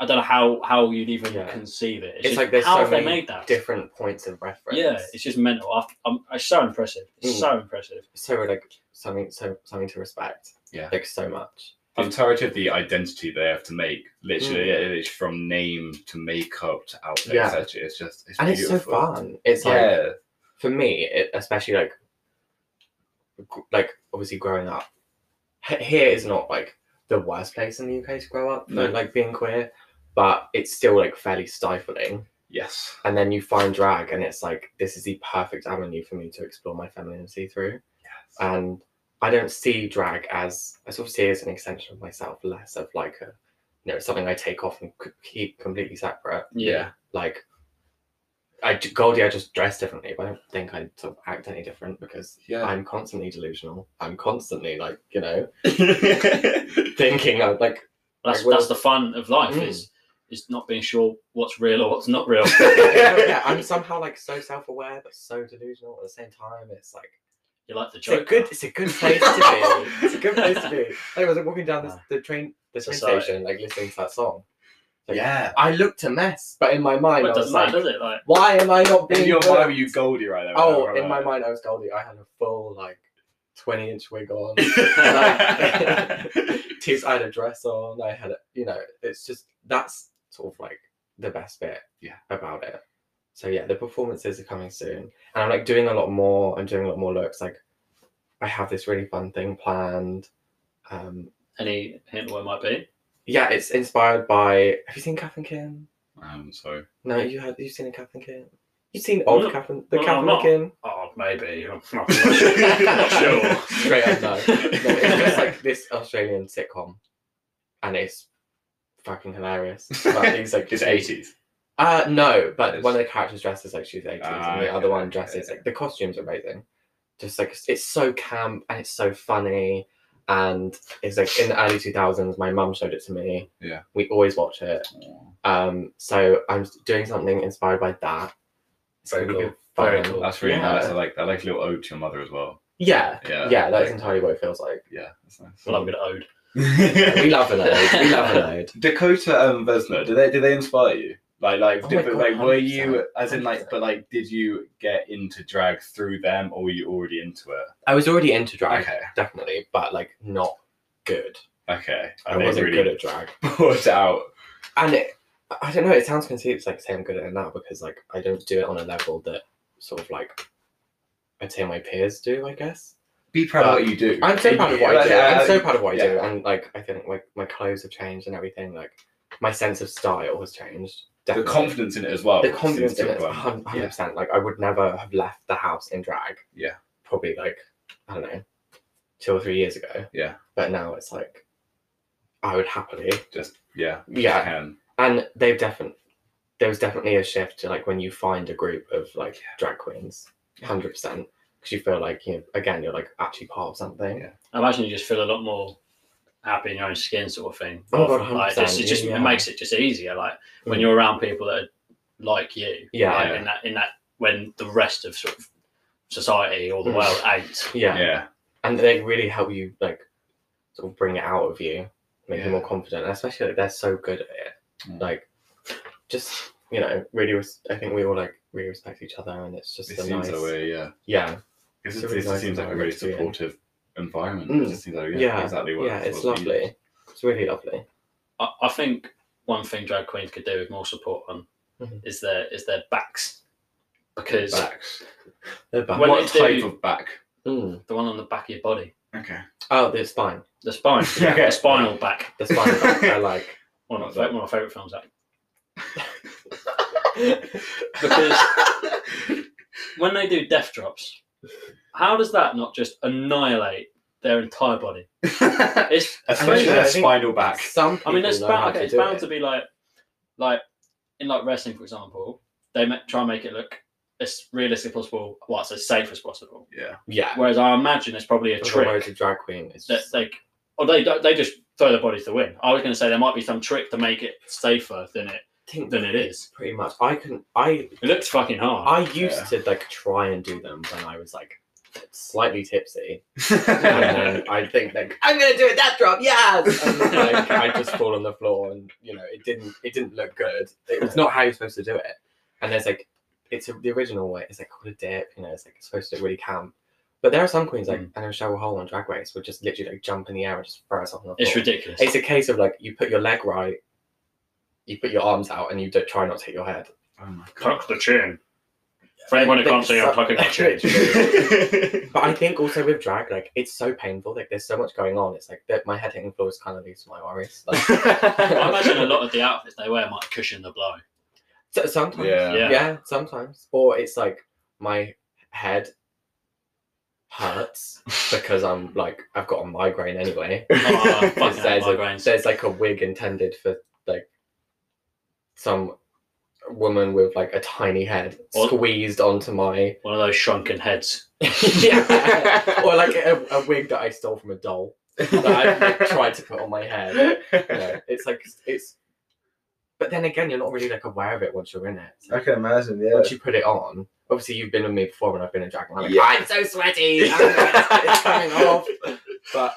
S1: I don't know how how you'd even
S3: Yeah.
S1: conceive it. It's,
S3: It's
S1: just,
S3: like there's
S1: how
S3: so
S1: have they
S3: many
S1: made that?
S3: different points of reference.
S1: Yeah, it's just mental. I, I'm, it's so impressive. It's
S3: Mm.
S1: so impressive.
S3: so like something so something to respect.
S2: Yeah.
S3: Like so much.
S2: The entirety of the identity they have to make, literally, it is from name to makeup to outfit.
S3: Mm. Yeah.
S2: etc. It's just, it's
S3: And it's
S2: beautiful.
S3: so fun. It's like
S2: Yeah.
S3: for me, it, especially like, gr- like obviously growing up, h- here is not like the worst place in the UK to grow up,
S2: No.
S3: for, like being queer, but it's still like fairly stifling.
S2: Yes.
S3: And then you find drag, and it's like this is the perfect avenue for me to explore my femininity through.
S2: Yes.
S3: And I don't see drag as I sort of see it as an extension of myself, less of like a you know, it's something I take off and c- keep completely separate.
S1: Yeah.
S3: Like, I j- Goldie, I just dress differently, but I don't think I sort of act any different because
S2: Yeah.
S3: I'm constantly delusional. I'm constantly like, you know,
S2: yeah.
S3: thinking I'm like,
S1: That's
S3: I will.
S1: that's the fun of life
S3: Mm.
S1: is is not being sure what's real or what's not real.
S3: yeah, I'm somehow like so self-aware but so delusional at the same time. It's like
S1: you like the
S3: it's a
S1: joke.
S3: good, it's a good place to be. It's a good place to be. Like, I was like, walking down this,
S1: Ah.
S3: the train, the train
S1: Society.
S3: station, like listening to that song. I looked a mess, but in my
S1: Well, it
S3: mind, I was
S1: doesn't
S3: like,
S1: matter, does it? Like
S3: why am I not being?
S2: In your
S3: good?
S2: mind, were you Goldie right there?
S3: Oh, in my mind, I was Goldie. I had a full like twenty-inch wig on. Tears. I had a dress on. I had, a, you know, it's just that's sort of like the best bit
S2: Yeah.
S3: about it. So yeah, the performances are coming soon, and I'm like doing a lot more. I'm doing a lot more looks. Like I have this really fun thing planned. Um,
S1: any hint where it might be.
S3: yeah, it's inspired by. Have you seen Captain Kim?
S2: Um, so
S3: No, you have. You've seen a Captain Kim. You've seen old
S1: No.
S3: Captain, the
S1: No,
S3: Captain
S1: not.
S3: Kim.
S1: Oh, maybe. I'm not
S2: Not
S1: sure.
S3: Straight up, no. no it's just like this Australian sitcom, and it's fucking hilarious. About these, like,
S2: it's
S3: two-
S2: eighties.
S3: Uh, no, but
S2: It's-
S3: one of the characters dresses like she's 80s,
S2: Ah,
S3: and the
S2: yeah,
S3: other one
S2: yeah,
S3: dresses
S2: yeah.
S3: like the costumes are amazing. Just like it's so camp and it's so funny. And it's like in the early 2000s, my mum showed it to me.
S2: Yeah.
S3: We always watch it. Um, so I'm doing something inspired by that. It's
S2: Very
S3: gonna be
S2: cool.
S3: fun.
S1: Very cool.
S2: That's really
S3: Yeah.
S2: nice. I like I like a little ode to your mother as well.
S3: Yeah.
S2: Yeah.
S3: Yeah, that's
S2: Like,
S3: entirely what it feels like.
S2: yeah, that's nice.
S1: Well, I'm gonna ode.
S3: we love an ode. We love an ode.
S2: Dakota um, Vesna, do they do they inspire you? Like like,
S3: Oh
S2: did-
S3: my God,
S2: like were
S3: 100%,
S2: you as in like
S3: 100%.
S2: but like did you get into drag through them or were you already into it?
S3: I was already into drag,
S2: Okay.
S3: definitely, but like not good.
S2: Okay.
S3: I
S2: And they
S3: wasn't good
S2: really
S3: at drag,
S2: poured out.
S3: and it, I don't know. It sounds conceited to like say I'm good at it now because like I don't do it on a level that sort of like I'd say my peers do. I guess
S2: Be proud
S3: But
S2: of what you do.
S3: I'm so proud of what I do.
S2: Yeah,
S3: I'm so proud of what I do,
S2: uh, yeah.
S3: and like I think like my clothes have changed and everything. Like my sense of style has changed.
S2: the
S3: Definitely.
S2: confidence in it as well.
S3: the
S2: seems
S3: confidence
S2: to
S3: in it,
S2: have gone.
S3: hundred percent. Like I would never have left the house in drag.
S2: Yeah.
S3: Probably like I don't know, two or three years ago.
S2: Yeah.
S3: But now it's like, I would happily.
S2: Just yeah.
S3: Yeah.
S2: Can.
S3: And they've definitely there was definitely a shift to like when you find a group of like drag queens, hundred percent, because you feel like you know, again you're like actually part of something.
S2: Yeah.
S1: I imagine you just feel a lot more happy in your own skin, sort of thing.
S3: Oh, God,
S1: Rather than, like,
S3: 100%,
S1: it's- it just
S3: yeah.
S1: it makes it just easier. Like when
S3: Mm.
S1: you're around people that are like you.
S3: Yeah.
S1: like, In that, in that, when the rest of sort of society or the
S3: Mm.
S1: world ain't.
S3: Yeah.
S2: Yeah.
S3: and they really help you like sort of bring it out of you, make
S2: Yeah.
S3: you more confident. And especially like they're so good at it,
S2: Mm.
S3: like just you know really. Res- I think we all like really respect each other, and it's just
S2: It
S3: a
S2: seems
S3: nice.
S2: that way, yeah.
S3: Yeah,
S2: It
S3: It's
S2: just,
S3: a really
S2: it just
S3: nice
S2: seems like a really
S3: environment to be in.
S2: supportive environment.
S3: Mm.
S2: It just seems like yeah,
S3: Yeah.
S2: exactly what
S3: yeah, it's
S2: what we-
S3: lovely. It's really lovely.
S1: I, I think one thing drag queens could do with more support on
S3: Mhm.
S1: is their is their backs, because
S2: Backs.
S3: They're back.
S1: When
S2: what
S1: they
S2: type
S1: do-
S2: of back?
S3: Mm.
S1: the one on the back of your body,
S2: Okay.
S3: Oh, the spine.
S1: the spine,
S2: Okay.
S1: the spinal back.
S3: The spine. back, I like.
S1: One of, my,
S2: Not that.
S1: one of my favorite films. That
S2: Because
S1: when they do death drops, how does that not just annihilate their entire body? It's
S2: especially their
S3: I think-
S2: spinal back.
S3: Some.
S1: I mean,
S3: people
S1: it's
S3: know how
S1: bound.
S3: to
S1: Okay, it's
S3: do
S1: bound
S3: it.
S1: to be like, like in like wrestling, for example, they ma- try and make it look as realistic as possible, well, it's as safe as possible.
S2: Yeah.
S3: Yeah.
S1: Whereas I imagine it's probably a
S3: That's
S1: trick
S3: Whereas a drag queen is
S1: that
S3: just,
S1: like, or they don't- they just throw their bodies to win. I was going to say there might be some trick to make it safer than it
S3: think
S1: than it is.
S3: pretty much. I can. I
S1: It looks fucking hard.
S3: I used to like try and do them when I was like slightly tipsy. And then I think like I'm gonna do a death drop, yes. And like I just fall on the floor, and you know it didn't it didn't look good. It was not how you're supposed to do it. And there's like it's a, the original way. It's like called a dip. You know, it's like it's supposed to really camp. But there are some queens
S1: Mm.
S3: like I know Cheryl Hole on Drag Race would just literally like jump in the air and just throw herself on the floor.
S1: It's ridiculous.
S3: It's a case of like you put your leg right, you put your arms out, and you don't try not to hit your head.
S2: oh my
S1: Tuck the chin. For anyone who
S3: Like,
S1: can't see, I'm
S3: so-
S1: tucking my chin.
S3: But I think also with drag, like it's so painful. Like there's so much going on. It's like that my head hitting the floor is kind of leaves my worries. Like,
S1: I imagine a lot of the outfits they wear might cushion the blow.
S3: So- sometimes,
S2: Yeah.
S3: yeah. sometimes, or it's like my head hurts because I'm like I've got a migraine anyway.
S1: Oh, I
S3: Because
S1: fucking hate
S3: there's, a,
S1: migraines.
S3: there's like a wig intended for like some woman with like a tiny head
S1: Or-
S3: squeezed onto my
S1: One of those shrunken heads.
S3: yeah. or like a, a wig that I stole from a doll that I like, tried to put on my head. You know, it's like it's. But then again, you're not really like aware of it once you're in it.
S4: I can imagine, yeah.
S3: Once you put it on, obviously you've been with me before when I've been in drag, and I'm like,
S2: Yeah.
S3: I'm so sweaty, I'm like, it's coming off. But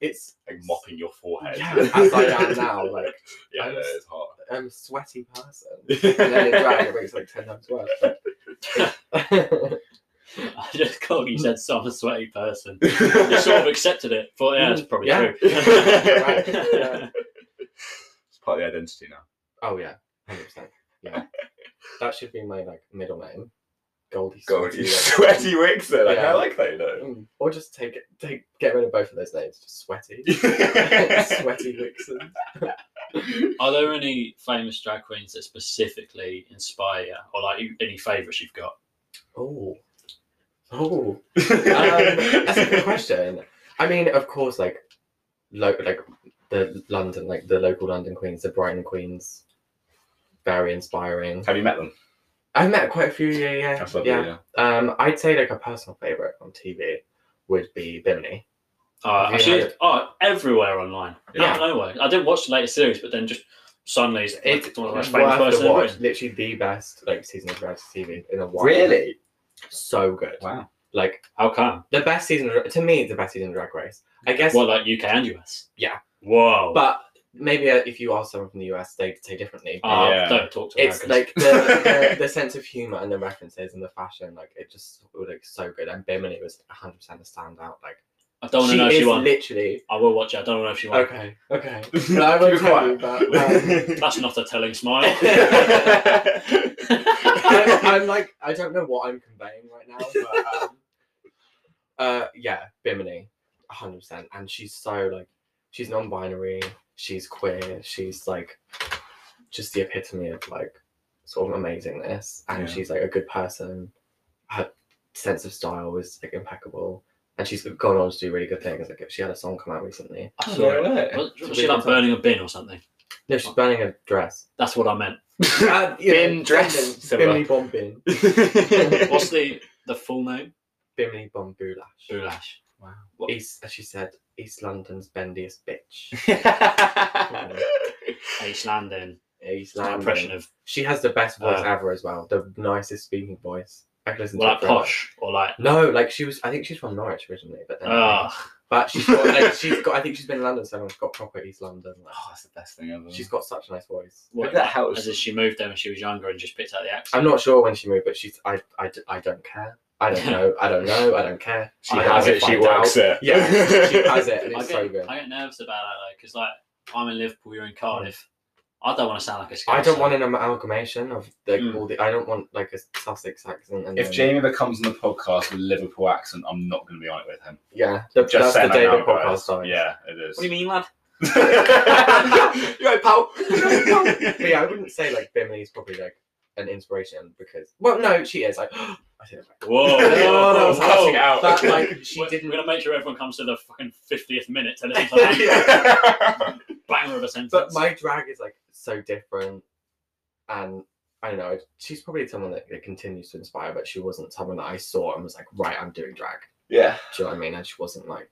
S3: it's
S2: Like mopping your forehead.
S3: yeah, as I am now, like
S2: Yeah, no, it's hot.
S3: I'm a sweaty person. And then in drag,
S2: yeah,
S3: it makes like ten times worse. but-
S1: I just called you said some sweaty person. You sort of accepted it. Thought, yeah, that's probably true.
S3: Yeah. Right, yeah.
S2: It's part of the identity now.
S3: Oh yeah, hundred percent. Yeah, that should be my like middle name, Goldie.
S2: God, you
S3: Sweaty.
S2: sweaty wixer. Like,
S3: Yeah.
S2: I like that, you know.
S3: Mm, Or just take it, take get rid of both of those names. Just sweaty, sweaty Vixen.
S1: Are there any famous drag queens that specifically inspire you, or like you- any favourites you've got?
S3: Oh, oh, um, that's a good question. I mean, of course, like, lo- like the London, like the local London queens, the Brighton queens, very inspiring.
S2: Have you met them?
S3: I've met quite a few. Yeah, yeah,
S2: That's lovely,
S3: yeah. Um, I'd say like a personal favorite on TV would be Bimini.
S1: Uh,
S3: Yeah.
S1: actually, oh, everywhere online.
S3: Yeah.
S1: Out of nowhere. I didn't watch the latest series, but then just suddenly it's,
S3: It's
S1: one of the most
S3: worth
S1: famous person
S3: the
S1: ever.
S3: watch. Literally the best like season of reality TV in a while.
S2: Really?
S3: so good.
S2: Wow.
S3: Like
S1: How come?
S3: the best season of- to me the best season of drag race i guess
S1: Well, like UK and US.
S3: Yeah.
S1: Whoa.
S3: but maybe uh, if you ask someone from the us they'd say differently but
S1: Ah,
S2: Yeah.
S1: don't talk to
S3: it's
S1: Americans.
S3: like the, the, the sense of humor and the references and the fashion like it just was like so good and bimini was 100% a standout like
S1: I don't want
S3: she
S1: to know if
S3: is
S1: you want.
S3: literally
S1: I will watch it. I don't know if you want.
S3: okay okay No, I won't
S2: Keep it
S3: tell you,
S2: quiet.
S3: but, um,
S1: That's not a telling smile.
S3: I'm, I'm like i don't know what i'm conveying right now but um, uh yeah bimini 100% and she's so like she's non-binary she's queer she's like just the epitome of like sort of amazingness and
S2: Yeah.
S3: she's like a good person her sense of style is like impeccable and she's gone on to do really good things like she had a song come out recently
S1: I
S2: Oh,
S1: saw it.
S2: no way.
S1: Was, was
S3: It's a
S1: she
S3: big
S1: like burning a bin or something?
S3: no she's burning a dress
S1: That's what I meant.
S3: uh, you know,
S2: Bin dress.
S3: bimini bombin
S1: What's the the full name?
S3: bimini bombulash
S1: Boulash.
S2: Wow.
S3: east as she said east london's bendiest bitch
S2: Oh,
S1: Icelandic.
S3: east
S1: That
S3: london
S1: impression of
S3: She has the best voice
S1: Uh,
S3: ever as well. The nicest speaking voice. I could listen
S1: well,
S3: to
S1: like
S3: her forever.
S1: posh or like
S3: No, like she was. I think she's from Norwich originally, but then,
S1: ah.
S3: but she's got, like, she's got. I think she's been in London so long. She's got proper East London. Like,
S2: Oh, that's the best thing ever.
S3: she's got such a nice voice.
S1: what,
S2: that helps.
S1: As if she moved there when she was younger and just picked out the accent.
S3: I'm not sure when she moved, but she's. I. I. d- I don't care. I don't know. I don't know. I don't care.
S2: She
S3: I
S2: has
S3: will
S2: it. She
S3: find
S2: works it.
S3: out. Yeah, she has it, and
S1: I
S3: it's
S1: get,
S3: so good.
S1: I get nervous about that though, because like I'm in Liverpool, you're in Cardiff. I don't want to sound like a.
S3: I don't
S1: scouser.
S3: want an amalgamation of like
S1: Mm.
S3: all the. I don't want like a Sussex accent. And
S2: If
S3: then-
S2: Jamie becomes on the podcast with a Liverpool accent, I'm not going to be on it with him.
S3: yeah, the,
S2: Just
S3: that's the
S2: saying
S3: day
S2: that
S3: the
S2: now, guys.
S3: podcast starts.
S2: Yeah, it is.
S1: What do you mean, lad?
S3: you right, pal. You right, pal. But yeah, I wouldn't say like Bimini's probably like an inspiration because well, no, she is like. I said it back.
S1: Whoa!
S3: No, no, no, I was
S1: whoa,
S3: harshing
S1: whoa.
S2: out.
S3: But like she
S1: We're,
S3: didn't.
S1: we're gonna make sure everyone comes to the fucking fiftieth minute to listen to that banger of a sentence.
S3: But my drag is like so different, and I don't know. She's probably someone that, that continues to inspire, but she wasn't someone that I saw and was like, right, I'm doing drag.
S2: yeah.
S3: Do you know what I mean? And she wasn't like.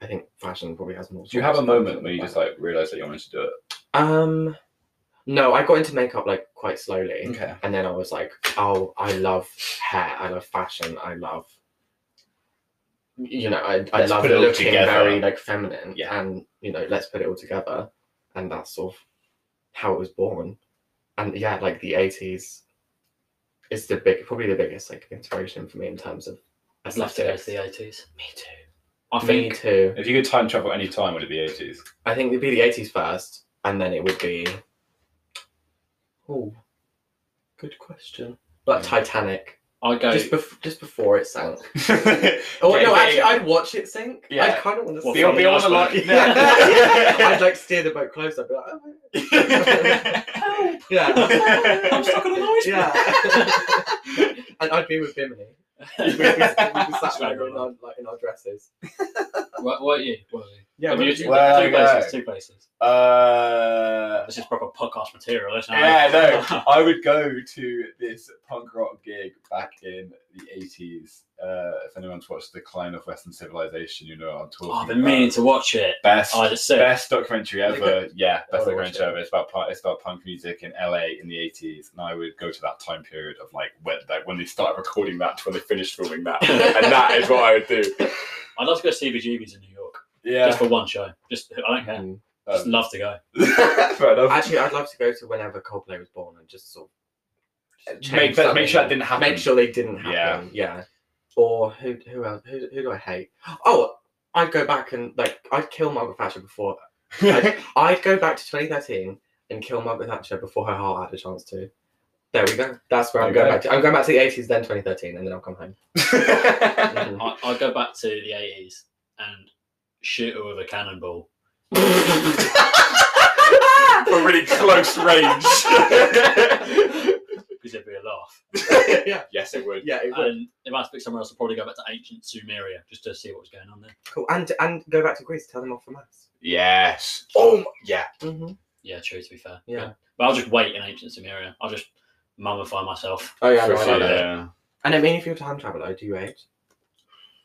S3: I think fashion probably has more.
S2: Do you have a
S3: songs
S2: moment
S3: than
S2: where you
S3: that.
S2: just like realize that you wanted to do it?
S3: Um, no, I got into makeup like quite slowly.
S2: Okay.
S3: And then I was like, oh, I love hair. I love fashion. I love, you know, I, I
S2: Let's
S3: love
S2: put it all
S3: looking
S2: together.
S3: very like feminine.
S2: Yeah.
S3: And, you know, let's put it all together. And that's sort of how it was born. And yeah, like the 80s is the big, probably the biggest like inspiration for me in terms of.
S1: I'd love to go to
S3: aesthetics.
S1: the eighties.
S3: Me too.
S1: I
S3: Me
S1: think
S3: too.
S2: If you could time travel any time, would it be 80s?
S3: I think it'd be the 80s first, and then it would be. Oh, good question. Like Titanic.
S1: I go.
S3: Just, bef- just before it sank.
S2: oh
S3: Oh no, actually, I'd watch it sink.
S2: Yeah.
S3: I kind of want to
S1: Well,
S3: see.
S1: from
S2: Be, be on the
S1: Last
S2: line.
S1: week.
S3: I'd like steer the boat closer. I'd be like, oh, yeah,
S1: I'm stuck on an iceberg.
S3: yeah. and I'd be with Bimini. we, we, we sat
S1: Sorry,
S3: there in
S1: brother.
S3: our, like, in our dresses.
S1: What, what are you? What are you?
S3: Yeah,
S1: Have
S3: but
S1: you
S3: you-
S1: two,
S2: Well,
S1: two
S2: no.
S1: places. Two places.
S2: Uh,
S1: This is proper podcast material, isn't it?
S2: yeah, no, I would go to this punk rock gig back in the 80s. Uh, if anyone's watched The Decline of Western Civilization, you know what I'm talking
S1: Oh, I've been
S2: about.
S1: meaning to watch it.
S2: Best
S1: Oh, that's sick. Oh,
S2: best documentary ever. Yeah, best
S3: I wanna watch
S2: documentary
S3: it.
S2: ever. It's about pu- it's about punk music in LA in the eighties, and I would go to that time period of like when like when they started recording that to when they finished filming that, and that is what I would do.
S1: I'd love to go to CBGB's in New York
S2: Yeah,
S1: just for one show. Just I don't care.
S3: Um,
S1: Just
S2: um,
S1: love to go.
S2: fair enough.
S3: actually, I'd love to go to whenever Coldplay was born and just sort of
S2: Uh, make,
S3: change
S2: that, make sure that
S3: something.
S2: didn't happen.
S3: make sure they didn't
S2: Yeah.
S3: happen. Yeah. Or who who else who, who do I hate? Oh, I'd go back and like I'd kill Margaret Thatcher before I'd go back to 2013 and kill Margaret Thatcher before her heart had a chance to. There we go. That's where I'm
S2: There
S3: going
S2: you
S3: back to. I'm going back to the 80s, then 2013, and then I'll come home. Mhm.
S1: I, I'd go back to the eighties and shoot her with a cannonball.
S2: For really close range.
S1: because it'd be a laugh.
S3: yeah,
S2: yes, it would.
S3: yeah, it would.
S1: And if I had to pick somewhere else, I'd probably go back to ancient Sumeria just to see what was going on there.
S3: cool. And and go back to Greece, tell them off for mass.
S2: Yes. Oh, my- yeah.
S3: Mm-hmm.
S1: Yeah, true. To be fair,
S3: Yeah.
S1: But, but I'll just wait in ancient Sumeria. I'll just mummify myself.
S3: Oh yeah,
S2: For
S3: no, I
S2: sure,
S3: like that.
S2: yeah.
S3: And I mean, if you're a time traveler, do you age?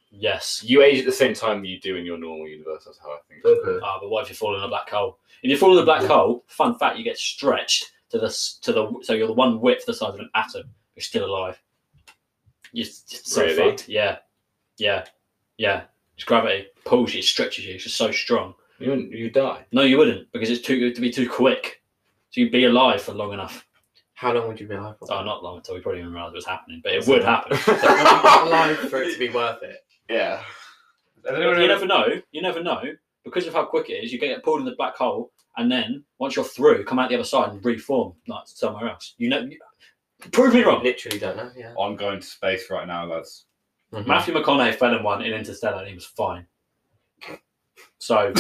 S1: Yes.
S2: You age at the same time you do in your normal universe. That's how I think.
S1: Ah, but what if you fall in a black hole? If you fall in a black hole, fun fact, you get stretched to the s- to the so you're the one width the size of an atom. You're still alive. You're s- just so
S2: Really?
S1: fucked. Yeah, yeah, yeah. It's gravity pulls you, it stretches you. It's just so strong.
S2: You you die.
S1: No, you wouldn't because it's too good to be too quick. So you'd be alive for long enough.
S3: How long would you be alive for?
S1: Oh, not long until we probably even realised it was happening, but it would happen.
S3: You're not alive for it to be worth it.
S2: yeah. Has anyone
S1: you
S2: ever-
S1: never know. You never know because of how quick it is. You get pulled in the black hole, and then once you're through, come out the other side and reform, like somewhere else. You know, you- prove me wrong.
S3: Literally don't know. Yeah.
S2: I'm going to space right now, lads.
S1: Matthew McConaughey fell in one in Interstellar, and he was fine. So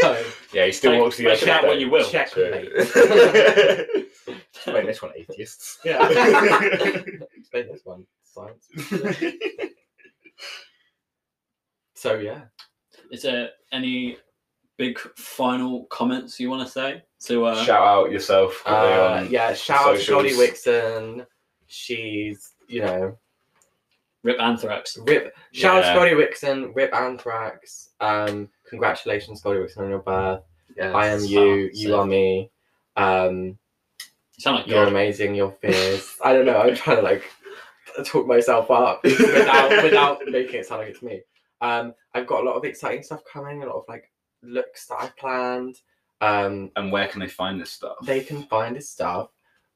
S3: So,
S2: Yeah, he still
S1: Take-
S2: walks the
S1: make
S2: earth
S1: that
S2: day.
S1: what you will.
S3: check mate.
S2: Wait, this one atheists.
S3: Yeah. Explain this one. Science. So yeah.
S1: is there any big final comments you want to say to uh,
S2: Shout out yourself.
S3: Uh,
S2: Um,
S3: yeah. Shout out to Jodie
S2: socials.
S3: Wixon. She's you know
S1: Rip Anthrax?
S3: rip. Shout out
S2: Yeah.
S3: to Jodie Wixon. Rip Anthrax. Um, congratulations, Jodie Wixon, on your birth.
S2: yes.
S3: I am you.
S1: Oh, sick.
S3: You are me. Um,
S1: You sound like
S3: you're
S1: God.
S3: amazing. You're fierce. I don't know. I'm trying to like talk myself up without without making it sound like it's me. Um, I've got a lot of exciting stuff coming. A lot of like looks that I've planned. Um,
S2: And where can they find this stuff?
S3: they can find his stuff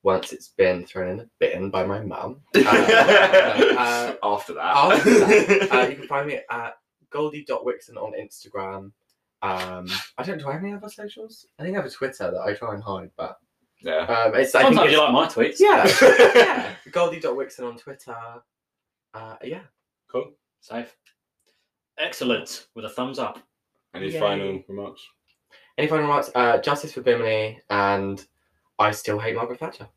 S3: once it's been thrown in the bin by my mum. uh,
S2: uh, after that.
S3: after that, Uh, you can find me at goldie.wixen on Instagram. Um, I don't do I have any other socials. I think I have a Twitter that I try and hide, but
S2: yeah.
S3: um, it's, I think
S1: Sometimes
S3: it's,
S1: you like my tweets.
S3: yeah, yeah. Goldie.wixen on Twitter. Uh, yeah.
S2: Cool.
S1: Safe. Excellent. With a thumbs up.
S2: Any
S3: Yay.
S2: final remarks?
S3: Any final remarks? Uh, justice for Bimini and I still hate Margaret Thatcher.